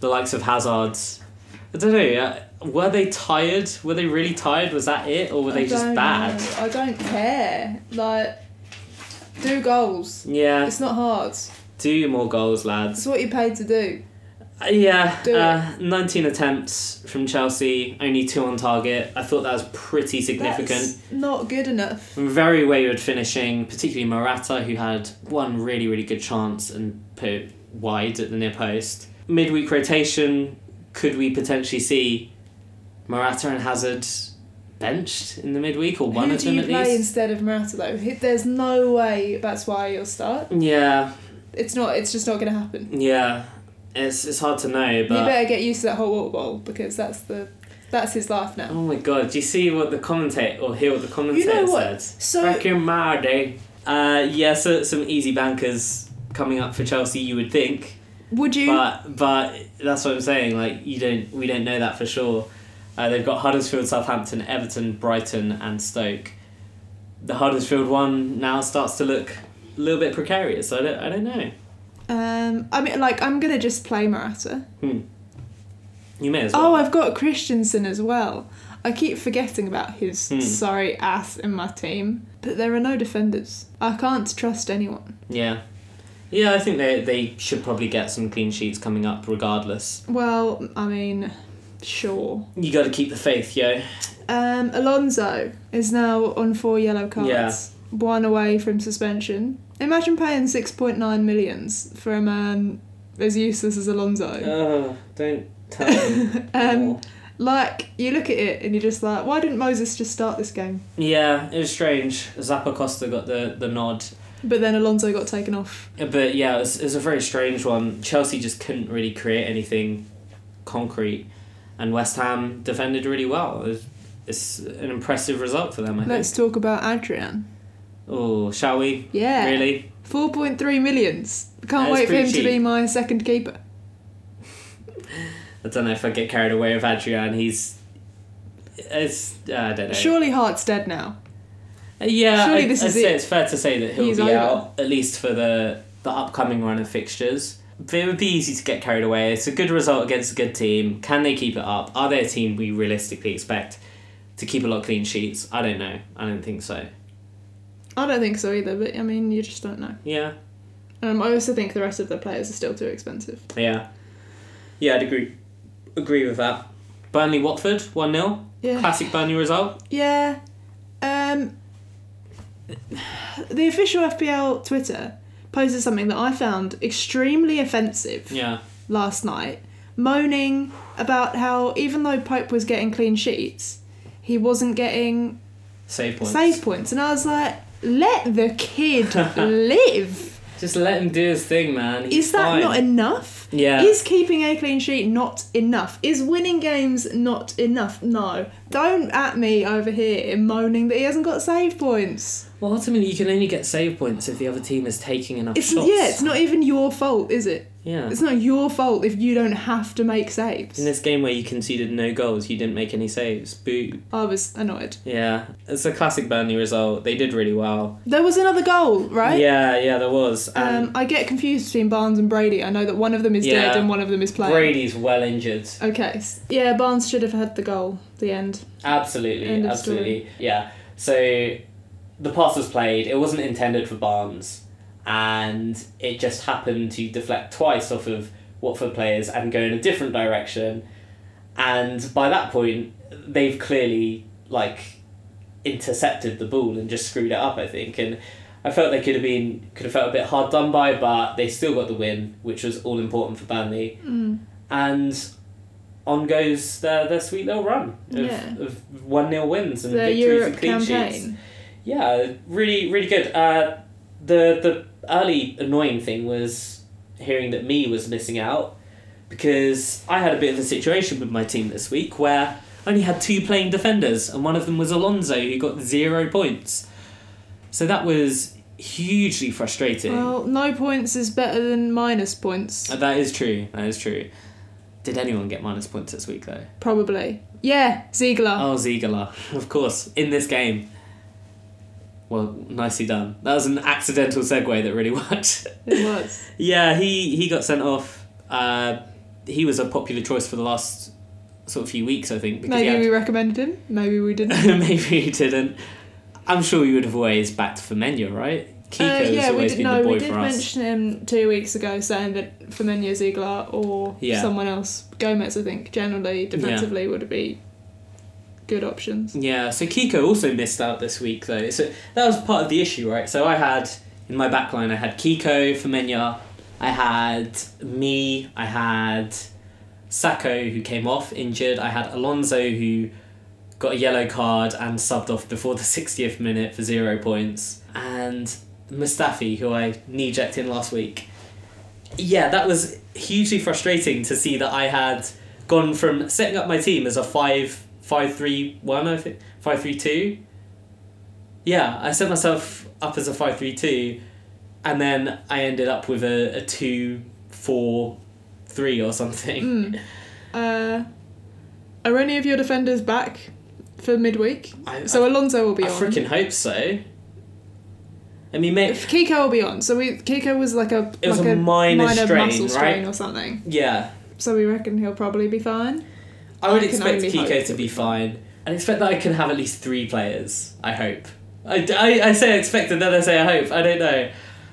S1: the likes of Hazard's. I don't know. Uh, were they tired? Were they really tired? Was that it? Or were they
S2: I
S1: just
S2: don't
S1: bad?
S2: know. I don't care. Like, do goals.
S1: Yeah,
S2: It's not hard.
S1: do more goals,
S2: It's
S1: lads.
S2: what you're paid to do.
S1: Uh, yeah,
S2: Do it.
S1: uh, 19 attempts from Chelsea, only two on target. I thought that was pretty significant. Mm,
S2: That's not good enough.
S1: Very wayward finishing, particularly Morata, who had one really, really good chance and put it wide at the near post. Midweek rotation, could we potentially see Morata and Hazard benched in the midweek or one
S2: Who
S1: of
S2: do
S1: them
S2: you
S1: at
S2: play
S1: least?
S2: instead of Murata though? He- There's no way that's why you'll start.
S1: Yeah,
S2: It's not. It's just not going to happen.
S1: yeah. It's, it's hard to know,
S2: you
S1: but
S2: better get used to that whole water bowl because that's the that's his life now.
S1: oh my god, do you see what the commentator or hear what the commentator
S2: what?
S1: said?
S2: So
S1: Freaking Mardy. Uh, yeah, so some easy bankers coming up for Chelsea, you would think,
S2: would you?
S1: but but that's what I'm saying. Like you don't, we don't know that for sure. Uh, they've got Huddersfield, Southampton, Everton, Brighton, and Stoke. The Huddersfield one now starts to look a little bit precarious. I don't, I don't know.
S2: um, I mean, like I'm gonna just play Morata.
S1: You may as well.
S2: Oh, I've got Christensen as well. I keep forgetting about his
S1: Hmm.
S2: sorry ass in my team, but there are no defenders. I can't trust anyone.
S1: Yeah. Yeah, I think they, they should probably get some clean sheets coming up regardless.
S2: Well, I mean, sure.
S1: You got to keep the faith, yo.
S2: Um, Alonso is now on four yellow cards,
S1: Yeah.
S2: one away from suspension. Imagine paying six point nine millions for a man as useless as Alonso.
S1: Oh, don't tell them.
S2: Um, like you look at it and you're just like, why didn't Moses just start this game?
S1: yeah, it was strange. Zappa Costa got the, the nod.
S2: But then Alonso got taken off.
S1: But yeah, it was, it was a very strange one. Chelsea just couldn't really create anything concrete, and West Ham defended really well. It was- It's an impressive result for them, I think.
S2: Let's talk about Adrian.
S1: Oh, shall we?
S2: Yeah,
S1: Really?
S2: four point three millions.
S1: That
S2: Can't
S1: is
S2: wait for him
S1: pretty
S2: to be
S1: cheap.
S2: my second keeper.
S1: I don't know if I get carried away with Adrian. He's. It's, I don't know.
S2: Surely Hart's dead now.
S1: Uh, Yeah,
S2: Surely
S1: I,
S2: this
S1: I'd
S2: is
S1: say
S2: it.
S1: it's fair to say that he'll
S2: He's
S1: be
S2: over.
S1: out at least for the the upcoming run of fixtures. But it would be easy to get carried away. It's a good result against a good team. Can they keep it up? Are they a team we realistically expect to keep a lot of clean sheets? I don't know. I don't think so.
S2: I don't think so either. But I mean, you just don't know.
S1: Yeah,
S2: Um, I also think the rest of the players are still too expensive.
S1: yeah, yeah. I'd agree agree with that. Burnley Watford one 0
S2: Yeah.
S1: Classic Burnley result.
S2: Yeah. Um, the official FPL Twitter posted something that I found extremely offensive
S1: Yeah,
S2: last night, moaning about how even though Pope was getting clean sheets, he wasn't getting
S1: save points.
S2: save points. And I was like, let the kid live.
S1: Just let him do his thing, man. He's
S2: Is that
S1: fine.
S2: not enough?
S1: Yeah.
S2: Is keeping a clean sheet not enough? Is winning games not enough? No. Don't at me over here moaning that he hasn't got save points.
S1: Well, ultimately, you can only get save points if the other team is taking enough
S2: It's
S1: shots.
S2: yeah, it's not even your fault, is it?
S1: yeah.
S2: It's not your fault if you don't have to make saves.
S1: In this game where you conceded no goals, you didn't make any saves. Boo.
S2: I was annoyed.
S1: Yeah, it's a classic Burnley result. They did really well.
S2: There was another goal, right?
S1: Yeah, yeah, there was.
S2: Um,
S1: And
S2: I get confused between Barnes and Brady. I know that one of them is
S1: Yeah.
S2: dead and one of them is playing.
S1: Brady's well injured.
S2: Okay. s- Yeah, Barnes should have had the goal. The end.
S1: Absolutely,
S2: End of
S1: absolutely. Yeah. So the pass was played. It wasn't intended for Barnes, and it just happened to deflect twice off of Watford players and go in a different direction. And by that point, they've clearly like intercepted the ball and just screwed it up. I think, and I felt they could have been could have felt a bit hard done by, but they still got the win, which was all important for Burnley
S2: Mm.
S1: and on goes their, their sweet little run of,
S2: Yeah.
S1: of 1 0 wins and
S2: The
S1: victories
S2: Europe
S1: and clean sheets.
S2: campaign.
S1: Yeah, really, really good. Uh, the, the early annoying thing was hearing that me was missing out because I had a bit of a situation with my team this week where I only had two playing defenders and one of them was Alonso who got zero points. So that was hugely frustrating.
S2: Well, no points is better than minus points.
S1: Uh, that is true. That is true. Did anyone get minus points this week though?
S2: Probably. Yeah, Ziegler.
S1: Oh, Ziegler, of course, in this game. Well, nicely done. That was an accidental segue that really worked.
S2: It was.
S1: yeah, he, he got sent off. Uh, he was a popular choice for the last sort of few weeks, I think. Because
S2: Maybe we
S1: he
S2: recommended him. Maybe we didn't.
S1: had, maybe he didn't. I'm sure you would have always backed Femenya, right?
S2: Uh,
S1: Kiko's
S2: yeah, we
S1: always
S2: did.
S1: been
S2: No,
S1: the boy
S2: we did
S1: for us.
S2: mention him two weeks ago, saying that Firmino Ziegler or
S1: Yeah.
S2: someone else, Gomez, I think, generally defensively would be good options.
S1: Yeah, so Kiko also missed out this week though. So that was part of the issue, right? So I had in my back line I had Kiko, Femenya, I had me, I had Sacco who came off injured, I had Alonso who got a yellow card and subbed off before the 60th minute for zero points, and Mustafi who I knee jacked in last week. yeah, that was hugely frustrating to see that I had gone from setting up my team as a five five three one I think five three two. Yeah, I set myself up as a five three two, and then I ended up with a, a two four three or something.
S2: Mm. Uh, are any of your defenders back for midweek?
S1: I,
S2: So Alonso will
S1: I,
S2: be
S1: I
S2: on.
S1: freaking hope so. I mean, may,
S2: If Kiko will be on. So we Kiko was like a
S1: It was
S2: like
S1: a minor strain,
S2: muscle strain
S1: right?
S2: or something.
S1: yeah,
S2: So we reckon he'll probably be fine.
S1: I would
S2: I can
S1: expect
S2: only
S1: Kiko
S2: hope.
S1: to be fine. I expect that I can have at least three players. I hope. I, I, I say expect and then I say I hope. I don't know.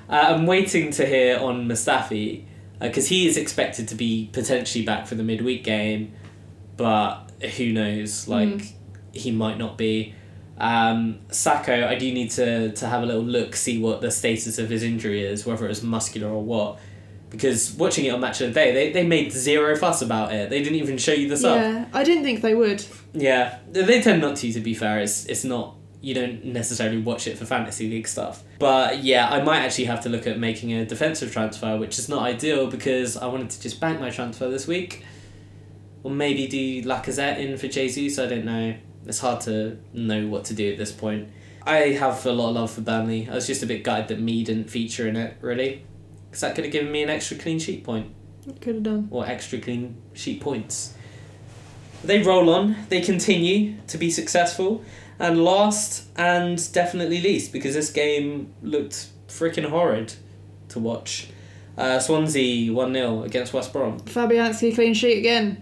S1: Uh, I'm waiting to hear on Mustafi because he is expected to be potentially back for the midweek game, but who knows? Like
S2: Mm.
S1: he might not be. Um, Sacco, I do need to, to have a little look, see what the status of his injury is, whether it's muscular or what. Because watching it on Match of the Day, they, they made zero fuss about it. They didn't even show you the sub.
S2: Yeah, I didn't think they would.
S1: Yeah, they- they tend not to. To be fair, it's it's not you don't necessarily watch it for fantasy league stuff. But yeah, I might actually have to look at making a defensive transfer, which is not ideal because I wanted to just bank my transfer this week, or maybe do Lacazette in for Jesus. I don't know. It's hard to know what to do at this point. I have a lot of love for Burnley. I was just a bit gutted that me didn't feature in it really, because that could have given me an extra clean sheet point
S2: Could have done.
S1: or extra clean sheet points. They roll on, they continue to be successful, and last and definitely least, because this game looked freaking horrid to watch. Uh, Swansea 1 0 against West Brom.
S2: Fabianski clean sheet again.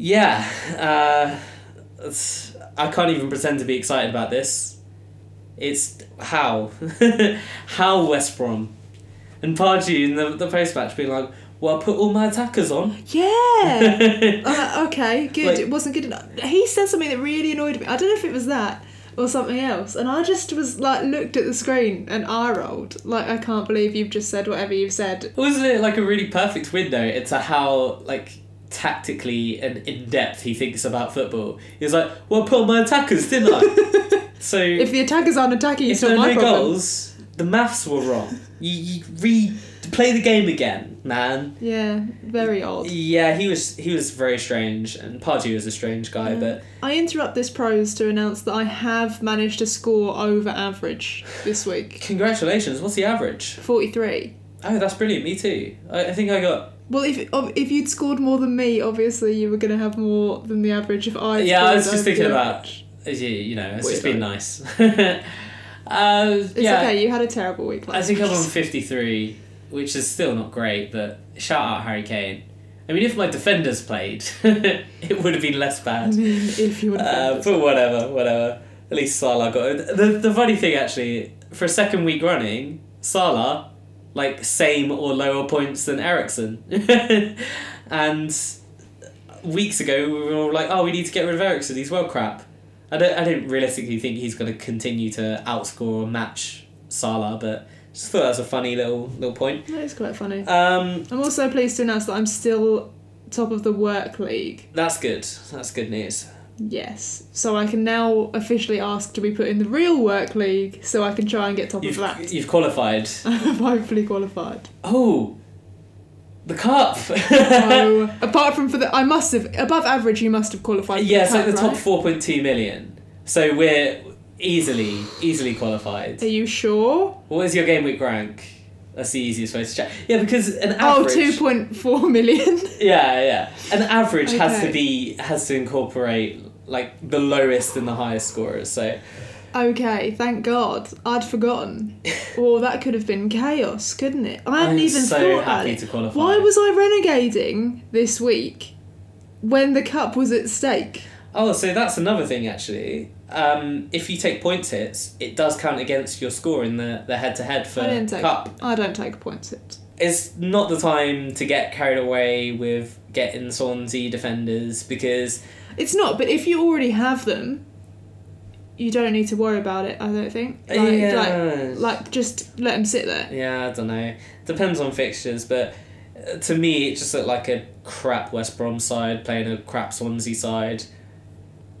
S1: Yeah, uh, it's- I can't even pretend to be excited about this. It's how, how West Brom, and Pardew in the, the post match being like, "Well, I put all my attackers on."
S2: Yeah. Uh, okay, good.
S1: Like-
S2: it wasn't good enough. He said something that really annoyed me. I don't know if it was that or something else. And I just was like, looked at the screen and I rolled. Like, I can't believe you've just said whatever you've said.
S1: Wasn't it like a really perfect window into how like tactically and in depth he thinks about football? He was like, "Well, I put on my attackers, didn't I?" so
S2: If
S1: if,
S2: the attackers aren't attacking, it's
S1: there
S2: not
S1: are
S2: my
S1: no
S2: problem.
S1: goals, the maths were wrong. You, you re play the game again, man.
S2: Yeah, very odd.
S1: Yeah, he was he was very strange, and Pardew was a strange guy,
S2: Yeah.
S1: but
S2: I interrupt this prose to announce that I have managed to score over average this week
S1: congratulations! What's the average?
S2: 43.
S1: Oh, that's brilliant. Me too. I, I think I got
S2: Well, if ob- if you'd scored more than me, obviously you were going to have more than the average. If I
S1: Yeah, I
S2: scored
S1: was just
S2: over
S1: thinking
S2: the
S1: about-
S2: average.
S1: you, you know it's
S2: Wait,
S1: just been
S2: sorry.
S1: nice. uh,
S2: It's
S1: yeah.
S2: okay. You had a terrible week.
S1: I
S2: Last
S1: think I'm
S2: week.
S1: on 53, which is still not great, but shout out Harry Kane. I mean, if my defenders played, it would have been less
S2: I
S1: bad.
S2: mean, if you would have.
S1: Uh, but whatever, whatever. At least Salah got it. The, the funny thing, actually, for a second week running, Salah, like, same or lower points than Ericsson. and weeks ago, we were all like, oh, we need to get rid of Ericsson, he's well crap. I don't, I don't realistically think he's going to continue to outscore or match Salah, but just thought that was a funny little little point.
S2: that is quite funny.
S1: Um,
S2: I'm also pleased to announce that I'm still top of the work league.
S1: that's good. That's good news.
S2: Yes, so I can now officially ask to be put in the real work league, so I can try and get top of
S1: You've,
S2: that.
S1: you've qualified.
S2: I'm hopefully qualified.
S1: Oh, the cup.
S2: So, apart from for the, I must have above average. You must have qualified. for
S1: Uh, yeah, it's like the
S2: cup,
S1: top
S2: right?
S1: four point two million. So we're easily, easily qualified.
S2: Are you sure?
S1: What is your game week rank? That's the easiest way to check. Yeah, because an
S2: Oh,
S1: average.
S2: two point four million.
S1: Yeah, yeah. An average has to
S2: Okay.
S1: be has to incorporate like the lowest and the highest scorers. So
S2: okay, thank God. I'd forgotten. Well, that could have been chaos, couldn't it? I hadn't
S1: I'm
S2: even
S1: so
S2: thought about
S1: happy
S2: it.
S1: to qualify.
S2: Why was I renegading this week when the cup was at stake?
S1: Oh, so that's another thing actually. Um, if you take points hits, it does count against your score in the the head to head for
S2: I didn't take.
S1: cup.
S2: I don't take points. It.
S1: it's not the time to get carried away with getting Swansea defenders because
S2: It's not. But if you already have them, you don't need to worry about it. I don't think. Like, like
S1: yeah,
S2: like just let him sit there.
S1: yeah, I don't know. Depends on fixtures, but uh, to me, it just looked like a crap West Brom side playing a crap Swansea side,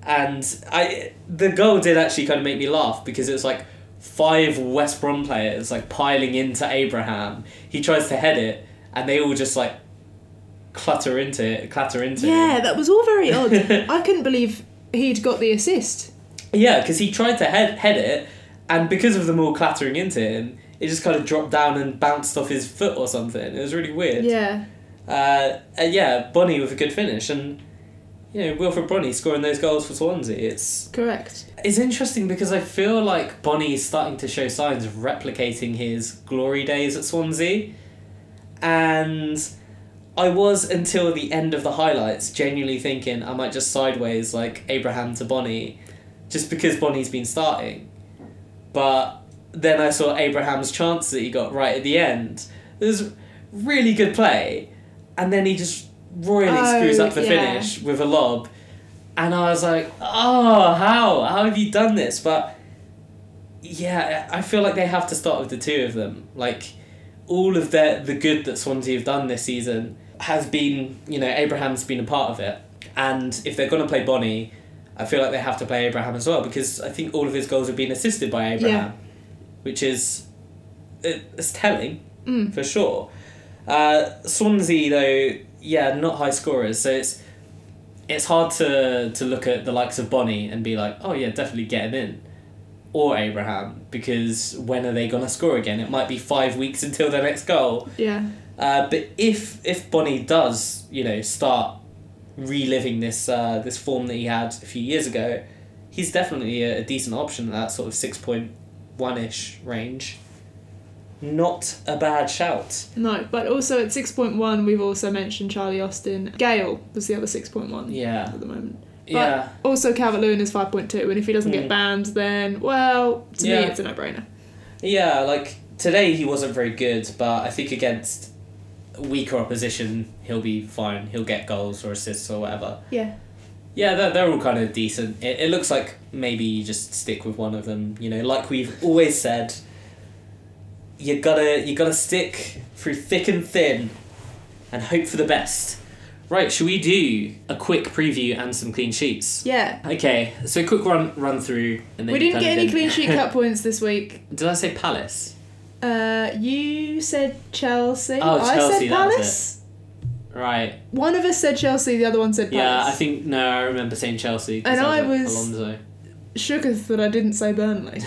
S1: and I the goal did actually kind of make me laugh because it was like five West Brom players like piling into Abraham. He tries to head it, and they all just like clutter into it, clatter into
S2: Yeah, that was all very odd.
S1: it.
S2: I couldn't believe he'd got the assist.
S1: yeah, because he tried to head head it, and because of them all clattering into him, it just kind of dropped down and bounced off his foot or something. It was really weird.
S2: Yeah.
S1: Uh, and yeah, Bonnie with a good finish, and you know Wilfred Bonnie scoring those goals for Swansea. It's
S2: Correct.
S1: it's interesting because I feel like Bonnie's starting to show signs of replicating his glory days at Swansea, and I was until the end of the highlights genuinely thinking I might just sideways like Abraham to Bonnie, just because Bonnie's been starting, but then I saw Abraham's chance that he got right at the end. It was really good play, and then he just royally
S2: Oh,
S1: screws up the
S2: yeah.
S1: finish with a lob, and I was like, oh, how how have you done this? But yeah, I feel like they have to start with the two of them. Like all of their the good that Swansea have done this season has been you know Abraham's been a part of it, and if they're gonna play Bonnie. I feel like they have to play Abraham as well because I think all of his goals have been assisted by Abraham, which is it, it's telling
S2: Mm.
S1: for sure. Uh, Swansea though, yeah, not high scorers, so it's it's hard to to look at the likes of Bonnie and be like, oh yeah, definitely get him in, or Abraham because when are they gonna score again? It might be five weeks until their next goal.
S2: Yeah.
S1: Uh, but if if Bonnie does, you know, start reliving this uh, this form that he had a few years ago, he's definitely a, a decent option at that sort of six point one ish range. Not a bad shout.
S2: No, but also at 6.1, we've also mentioned Charlie Austin. Gale was the other 6.1
S1: Yeah.
S2: at the moment. But-
S1: yeah.
S2: Also, Calvert Lewin is 5.2, and if he doesn't
S1: Mm.
S2: get banned, then, well, to
S1: Yeah.
S2: me, it's a no brainer.
S1: Yeah, like today he wasn't very good, but I think against weaker opposition he'll be fine. He'll get goals or assists or whatever.
S2: Yeah.
S1: Yeah, they're, they're all kind of decent. It, it looks like maybe you just stick with one of them. You know, like we've always said, you gotta you gotta stick through thick and thin, and hope for the best. Right, should we do a quick preview and some clean sheets?
S2: Yeah.
S1: Okay, so quick run run through, and then
S2: We
S1: you
S2: didn't
S1: kinda
S2: get any
S1: did-
S2: clean sheet cut points this week.
S1: Did I say Palace?
S2: Uh, you said Chelsea.
S1: Oh,
S2: I
S1: Chelsea,
S2: said
S1: that was
S2: Palace.
S1: Right.
S2: One of us said Chelsea, the other one said
S1: Yeah, I
S2: Palace.
S1: think no. I remember saying Chelsea. 'cause
S2: And I
S1: like,
S2: was-
S1: Alonso.
S2: Shooketh that I didn't say Burnley.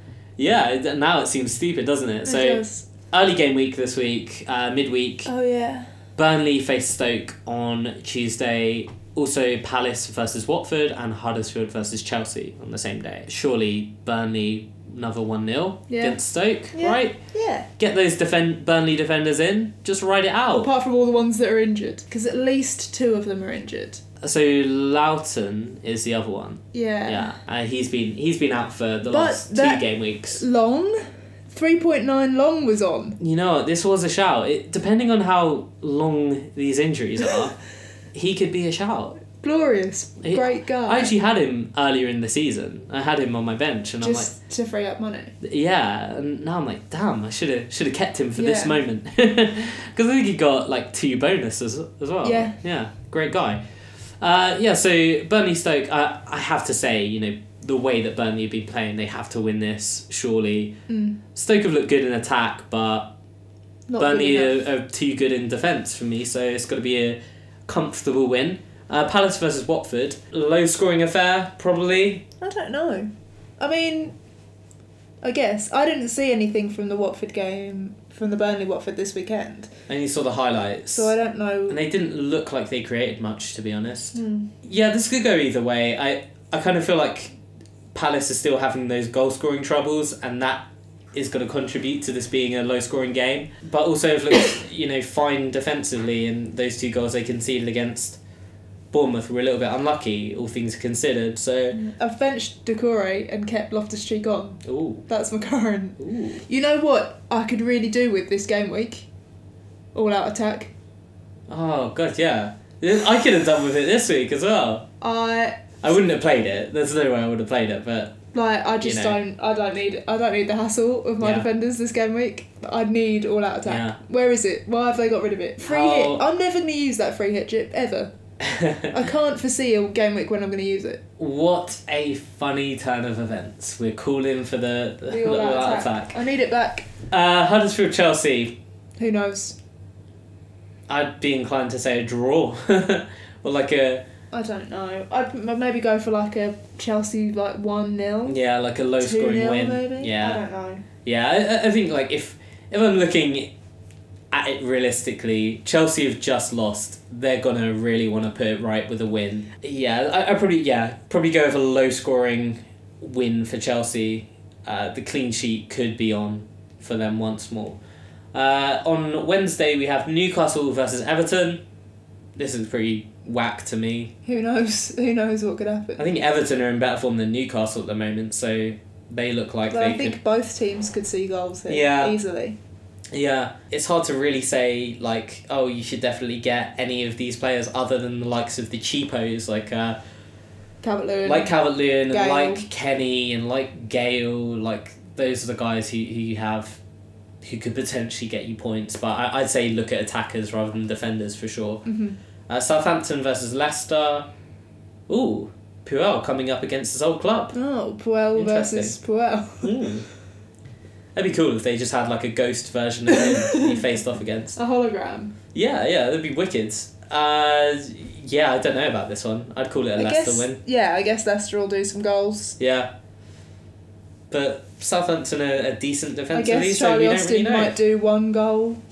S1: yeah, it- now it seems stupid, doesn't it? So.
S2: Yes.
S1: early game week this week, uh, midweek.
S2: Oh, yeah.
S1: Burnley face Stoke on Tuesday. Also, Palace versus Watford and Huddersfield versus Chelsea on the same day. Surely Burnley another 1 0
S2: Yeah.
S1: against Stoke,
S2: Yeah.
S1: right?
S2: Yeah.
S1: Get those defend- Burnley defenders in, just ride it out.
S2: Apart from all the ones that are injured, because at least two of them are injured.
S1: So Loughton is the other one.
S2: Yeah.
S1: Yeah, uh, he's been he's been out for the
S2: But
S1: last two
S2: that-
S1: game weeks.
S2: Long, three point nine long was on.
S1: You know, what, this was a shout. It, depending on how long these injuries are, he could be a shout.
S2: Glorious,
S1: He-
S2: great guy.
S1: I actually had him earlier in the season. I had him on my bench, and
S2: just to free up money.
S1: I'm like, yeah. And now I'm like, damn, I should have should have kept him for this
S2: Yeah.
S1: moment because I think he got like two bonuses as well.
S2: Yeah.
S1: yeah, great guy. Uh, yeah, so Burnley Stoke. Uh, I have to say, you know, the way that Burnley have been playing, they have to win this surely.
S2: Mm,
S1: Stoke have looked good in attack, but
S2: not
S1: Burnley
S2: good enough.
S1: are, are too good in defence for me. So it's got to be a comfortable win. Uh, Palace versus Watford, low scoring affair probably.
S2: I don't know. I mean, I guess I didn't see anything from the Watford game from the Burnley Watford this weekend,
S1: and you saw the highlights.
S2: so I don't know.
S1: and they didn't look like they created much, to be honest.
S2: Mm,
S1: Yeah, this could go either way. I I kind of feel like Palace is still having those goal scoring troubles, and that is going to contribute to this being a low scoring game. But also, have looked you know fine defensively, and those two goals they conceded against Bournemouth were a little bit unlucky, all things considered. So,
S2: I've benched Decore and kept Loftus Cheek on.
S1: ooh,
S2: That's my current.
S1: ooh,
S2: You know what I could really do with this game week? All out attack.
S1: oh god, yeah. I could have done with it this week as well.
S2: I
S1: I wouldn't have played it. There's no way I would have played it, but
S2: Like I just
S1: You know.
S2: don't I don't need I don't need the hassle of my
S1: Yeah.
S2: defenders this game week. I need all out attack.
S1: Yeah. Oh.
S2: Where is it? Why have they got rid of it? Free
S1: How-
S2: hit. I'm never gonna use that free hit chip ever. I can't foresee a game week when I'm gonna use it.
S1: What a funny turn of events. We're calling for the, the,
S2: The
S1: all
S2: all
S1: out
S2: out
S1: attack.
S2: I need it back.
S1: Uh, Huddersfield Chelsea.
S2: Who knows?
S1: I'd be inclined to say a draw, or like a
S2: I don't know. I'd m- maybe go for like a Chelsea like one 0
S1: yeah, like a low scoring win.
S2: Maybe. I
S1: Yeah,
S2: don't know.
S1: yeah. I- I, I think like if if I'm looking at it realistically, Chelsea have just lost. They're gonna really want to put it right with a win. Yeah, I I probably yeah probably go with a low scoring win for Chelsea. Uh, the clean sheet could be on for them once more. Uh, on Wednesday we have Newcastle versus Everton. This is pretty whack to me.
S2: Who knows? Who knows what could happen?
S1: I think Everton are in better form than Newcastle at the moment, so they look like
S2: But
S1: they
S2: I think both teams could see goals here
S1: Yeah.
S2: easily.
S1: could. Yeah, it's hard to really say like, oh, you should definitely get any of these players other than the likes of the cheapos like uh,
S2: Calvert Lewin.
S1: like Calvert Lewin and
S2: Mm-hmm. Gale.
S1: like Kenny and like Gale. Like those are the guys who, who you have who could potentially get you points. But I, I'd say look at attackers rather than defenders for sure.
S2: Mm-hmm.
S1: Uh, Southampton versus Leicester. Ooh, Puel coming up against his old club.
S2: Oh, Puel
S1: Interesting.
S2: versus Puel.
S1: That'd be cool if they just had like a ghost version of him that he faced off against.
S2: A hologram.
S1: Yeah, yeah, that'd be wicked. Uh, yeah, I don't know about this one. I'd call it a
S2: I
S1: Leicester
S2: guess.
S1: win.
S2: Yeah, I guess Leicester will do some goals.
S1: Yeah. But Southampton are, are decent
S2: I
S1: defensively,
S2: guess
S1: so we
S2: Charlie
S1: don't
S2: Austin
S1: really know.
S2: might do one goal.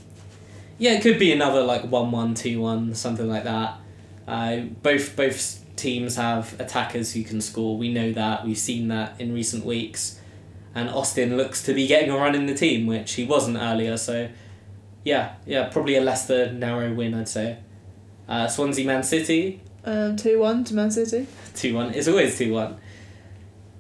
S1: Yeah, it could be another like 1 1, 2 1, something like that. Uh, both both teams have attackers who can score. We know that. We've seen that in recent weeks. And Austin looks to be getting a run in the team, which he wasn't earlier. So, yeah, yeah, probably a Leicester narrow win, I'd say. Uh, Swansea Man City,
S2: Um, two one to Man City.
S1: 2 1. It's always 2 1.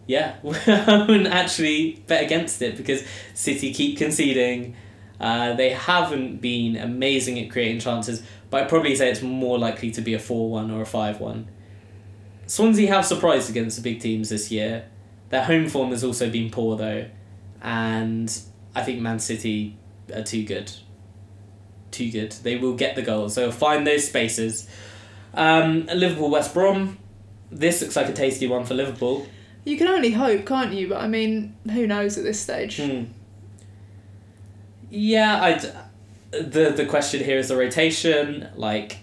S1: Yeah, I wouldn't actually bet against it because City keep conceding. Uh, they haven't been amazing at creating chances, but I'd probably say it's more likely to be a 4 1 or a 5 1. Swansea have surprised against the big teams this year. Their home form has also been poor, though, and I think Man City are too good. Too good. They will get the goals, they'll find those spaces. Um, Liverpool West Brom. This looks like a tasty one for Liverpool.
S2: You can only hope, can't you? But I mean, who knows at this stage?
S1: Hmm. Yeah, I. The the question here is the rotation. Like,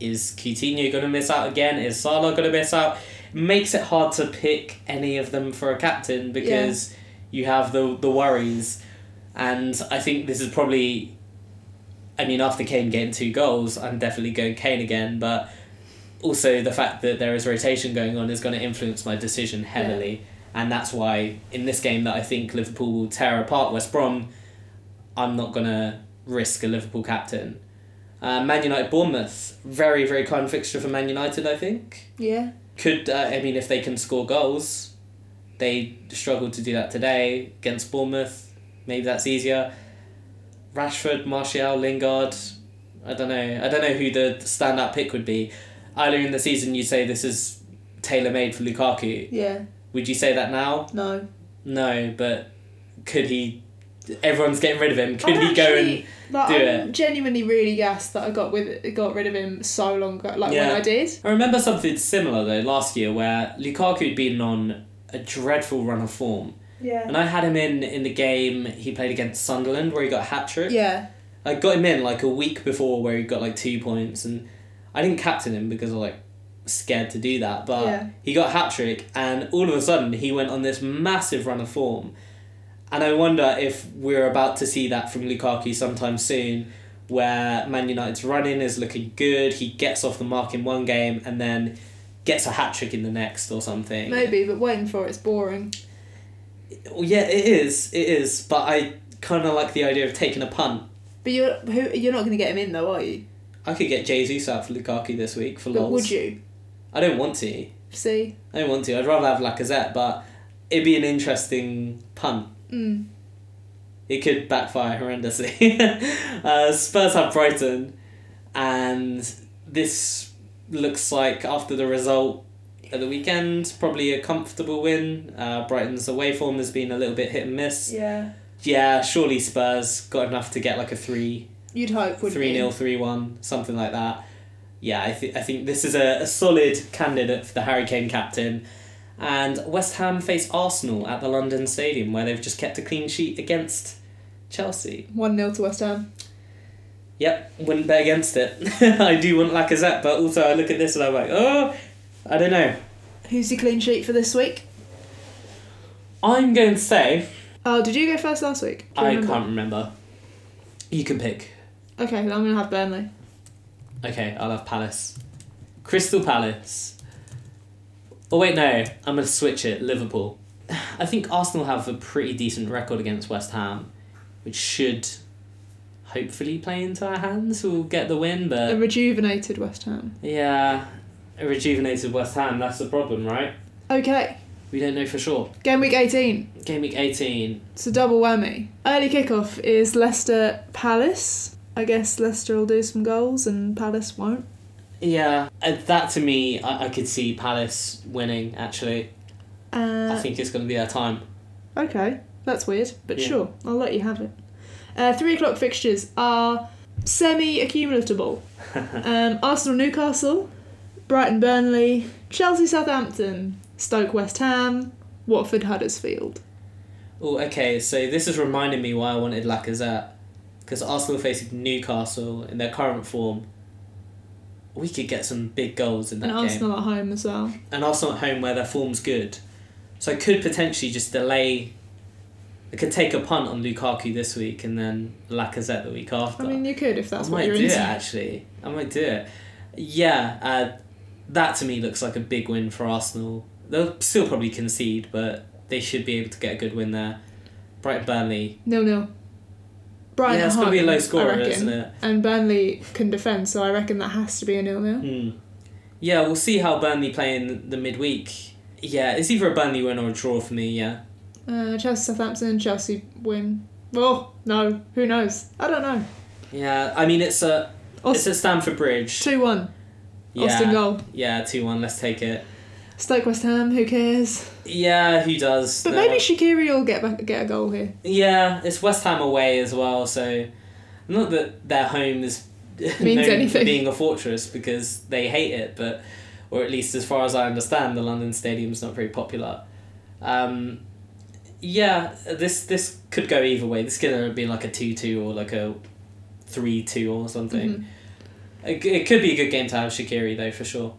S1: is Coutinho gonna miss out again? Is Salah gonna miss out? Makes it hard to pick any of them for a captain because you have the the worries, and I think this is probably. I mean, after Kane getting two goals, I'm definitely going Kane again, but also the fact that there is rotation going on is going to influence my decision heavily and that's why in this game that I think Liverpool will tear apart West Brom, I'm not gonna risk a Liverpool captain. Uh, Man United Bournemouth, very very kind fixture for Man United. I think
S2: Yeah.
S1: could uh, I mean if they can score goals, they struggled to do that today against Bournemouth. Maybe that's easier. Rashford, Martial, Lingard. I don't know. I don't know who the standout pick would be. Earlier in the season, you say this is tailor made for Lukaku.
S2: Yeah.
S1: Would you say that now?
S2: No.
S1: No, but could he? Everyone's getting rid of him. Could
S2: I'm
S1: he go and?
S2: Oh, actually- like,
S1: do
S2: I'm genuinely really gassed that I got with got rid of him so long ago. Like
S1: Yeah.
S2: when I did.
S1: I remember something similar though last year where Lukaku had been on a dreadful run of form,
S2: Yeah.
S1: and I had him in in the game he played against Sunderland where he got a hat trick.
S2: Yeah.
S1: I got him in like a week before where he got like two points, and I didn't captain him because I was like scared to do that. But
S2: Yeah.
S1: he got a hat trick, and all of a sudden he went on this massive run of form. And I wonder if we're about to see that from Lukaku sometime soon, where Man United's running is looking good. He gets off the mark in one game and then gets a hat trick in the next or something.
S2: Maybe, but waiting for it's boring.
S1: Well, Yeah, it is. It is. But I kind of like the idea of taking a punt.
S2: But you're who you're not going to get him in though, are you?
S1: I could get Jesus out for Lukaku this week for
S2: But
S1: lols.
S2: would you?
S1: I don't want to.
S2: See.
S1: I don't want to. I'd rather have Lacazette, but it'd be an interesting punt.
S2: Mm.
S1: It could backfire horrendously. uh, Spurs have Brighton, and this looks like after the result at the weekend, probably a comfortable win. Uh, Brighton's away form has been a little bit hit and miss.
S2: Yeah.
S1: Yeah, surely Spurs got enough to get like a three
S2: You'd hope, wouldn't
S1: three
S2: you?
S1: 0 three one, something like that. Yeah, I think I think this is a, a solid candidate for the Harry Kane captain. And West Ham face Arsenal at the London Stadium, where they've just kept a clean sheet against Chelsea.
S2: One 0 to West Ham.
S1: Yep, wouldn't bet against it. I do want Lacazette, but also I look at this and I'm like, oh, I don't know.
S2: Who's the clean sheet for this week?
S1: I'm going to say
S2: Oh, did you go first last week? Do you
S1: I
S2: remember?
S1: can't remember. You can pick.
S2: Okay, then I'm gonna have Burnley.
S1: Okay, I'll have Palace. Crystal Palace. Oh wait, no, I'm gonna switch it. Liverpool. I think Arsenal have a pretty decent record against West Ham, which should hopefully play into our hands. We'll get the win,
S2: A
S1: but
S2: rejuvenated West Ham.
S1: yeah, a rejuvenated West Ham. That's the problem, right?
S2: Okay,
S1: We don't know for sure.
S2: game week 18.
S1: Game week eighteen.
S2: It's a double whammy. Early kickoff is Leicester Palace. I guess Leicester will do some goals and Palace won't.
S1: Yeah, uh, that to me, I, I could see Palace winning. Actually,
S2: Uh,
S1: I think it's gonna be our time.
S2: Okay, that's weird, but
S1: Yeah.
S2: sure, I'll let you have it. Uh, three o'clock fixtures are semi accumulatable um, Arsenal Newcastle, Brighton Burnley, Chelsea Southampton, Stoke West Ham, Watford Huddersfield.
S1: Oh, okay. So this is reminding me why I wanted Lacazette, because Arsenal facing Newcastle in their current form. We could get some big goals in that
S2: And
S1: game,
S2: Arsenal at home as well.
S1: and Arsenal at home where their form's good, so I could potentially just delay. I could take a punt on Lukaku this week and then Lacazette the week after.
S2: I mean, you could if that's
S1: I
S2: what
S1: might
S2: you're
S1: do it
S2: into.
S1: actually. I might do it. Yeah, uh, that to me looks like a big win for Arsenal. They'll still probably concede, but they should be able to get a good win there. Brighton Burnley.
S2: No, no. Brighton
S1: yeah,
S2: at
S1: it's gonna be a
S2: home,
S1: low
S2: I
S1: scorer,
S2: reckon.
S1: isn't it?
S2: And Burnley can defend, so I reckon that has to be a nil nil.
S1: Hmm. Yeah, we'll see how Burnley play in the midweek. Yeah, it's either a Burnley win or a draw for me. Yeah,
S2: Uh, Chelsea Southampton, Chelsea win. Well, no, who knows? I don't know.
S1: yeah. I mean, it's a it's
S2: Austin,
S1: at Stamford Bridge.
S2: 2 1.
S1: yeah,
S2: Austin goal.
S1: yeah, two one. Let's take it.
S2: Stoke West Ham, who cares?
S1: Yeah, who does?
S2: But
S1: No
S2: maybe
S1: one-
S2: Shakiri will get back, get a goal here.
S1: Yeah, it's West Ham away as well, so not that their home is known for
S2: anything.
S1: being a fortress because they hate it, but or at least as far as I understand, the London Stadium's not very popular. Um, yeah, this this could go either way. This could either be like a two two or like a three two or something.
S2: Mm-hmm.
S1: It, it could be a good game to have Shakiri though for sure.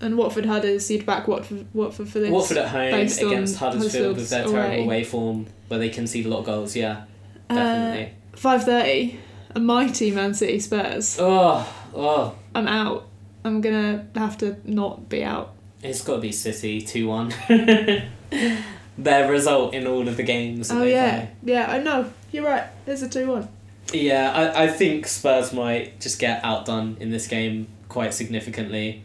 S2: And Watford Hudders, you'd back Watford, Watford for this.
S1: Watford at home
S2: based on
S1: against Huddersfield with their terrible
S2: Huddersfield's away.
S1: away form where they concede a lot of goals. Yeah,
S2: Uh,
S1: definitely.
S2: Five thirty, a mighty Man City Spurs.
S1: oh oh.
S2: I'm out. I'm gonna have to not be out.
S1: It's got to be City 2 1. Their result in all of the games. that
S2: oh
S1: they
S2: yeah, yeah. I know. You're right. There's a two one.
S1: play. Yeah, I, I think Spurs might just get outdone in this game quite significantly.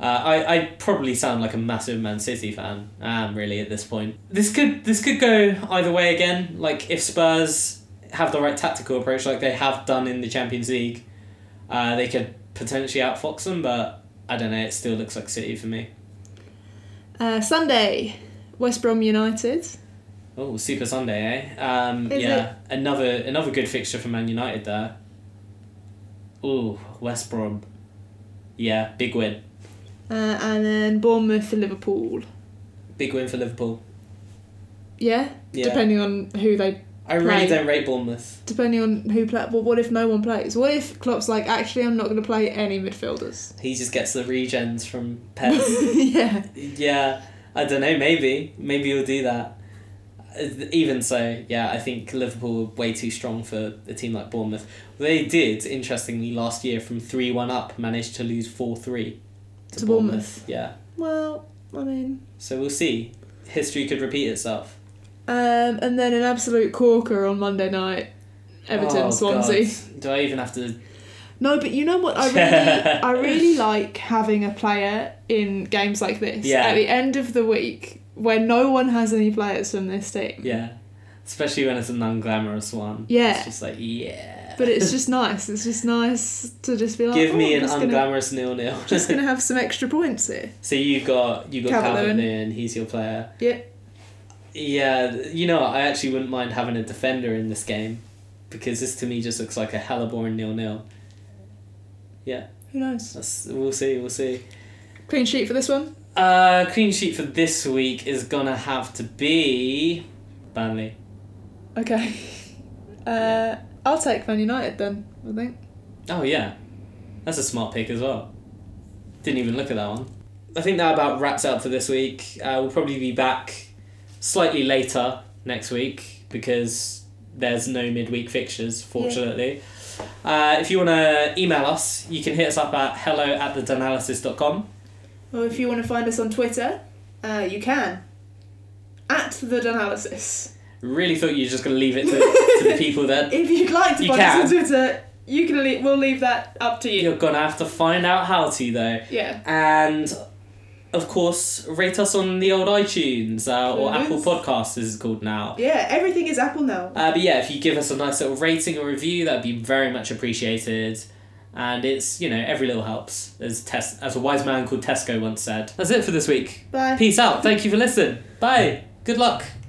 S1: Uh, I, I probably sound like a massive Man City fan. I am really at this point. This could this could go either way again. Like if Spurs have the right tactical approach, like they have done in the Champions League, uh, they could potentially outfox them. But I don't know. It still looks like City for me.
S2: Uh, Sunday, West Brom United.
S1: Oh, Super Sunday, eh? Um,
S2: Is
S1: yeah, another another good fixture for Man United there. Ooh, West Brom. Yeah, big win.
S2: Uh, and then Bournemouth for Liverpool.
S1: Big win for Liverpool.
S2: Yeah?
S1: Yeah.
S2: Depending on who they,
S1: I really
S2: Right.
S1: don't rate Bournemouth.
S2: depending on who play. Well, what if no one plays? What if Klopp's like, actually, I'm not going to play any midfielders.
S1: He just gets the regens from Pep.
S2: yeah.
S1: yeah, I don't know, maybe. Maybe he'll do that. Uh, Even so, yeah, I think Liverpool were way too strong for a team like Bournemouth. They did, interestingly, last year from 3 1 up, managed to lose 4 3
S2: To Bournemouth.
S1: Yeah.
S2: Well, I mean,
S1: So we'll see. History could repeat itself.
S2: um, and then an absolute corker on Monday night. Everton
S1: Oh,
S2: Swansea.
S1: God. Do I even have to?
S2: No, but you know what? I really, I really like having a player in games like this.
S1: Yeah.
S2: At the end of the week, where no one has any players from this team.
S1: Yeah. Especially when it's an unglamorous one.
S2: Yeah.
S1: It's just like yeah.
S2: But it's just nice. It's just nice to just be like,
S1: Give
S2: oh,
S1: me
S2: I'm
S1: an
S2: just gonna-
S1: unglamorous nil nil.
S2: just gonna have some extra points here.
S1: so you got you got
S2: Calvert-Lewin.
S1: Calvin and he's your player.
S2: Yeah.
S1: Yeah, th- you know I actually wouldn't mind having a defender in this game, because this to me just looks like a hella boring nil nil.
S2: Who knows?
S1: That's we'll see we'll see.
S2: Clean sheet for this one.
S1: Uh, clean sheet for this week is gonna have to be, Burnley.
S2: Okay. Uh, I'll take Man United then. I think
S1: Oh yeah, that's a smart pick as well. Didn't even look at that one. I think that about wraps up for this week. Uh, we'll probably be back slightly later next week because there's no midweek fixtures, fortunately. Uh, if you want to email us, you can hit us up at hello at thedanalysis.com.
S2: Well, if you want to find us on Twitter, uh, you can. At the Denalysis.
S1: Really thought you were just going to leave it to, to the people there.
S2: If you'd like to
S1: You
S2: find us
S1: can.
S2: on Twitter, you can. Le- we'll leave that up to you.
S1: You're going to have to find out how to, though.
S2: Yeah.
S1: And of course, rate us on the old iTunes uh, or
S2: Sure
S1: Apple
S2: is.
S1: Podcasts, as it's called now.
S2: Yeah. Everything is Apple now.
S1: Uh, but yeah, if you give us a nice little rating or review, that'd be very much appreciated. And it's you know every little helps, as Tes- as a wise man called Tesco once said. That's it for this week.
S2: Bye.
S1: Peace out. Thank you for listening. Bye. Good luck.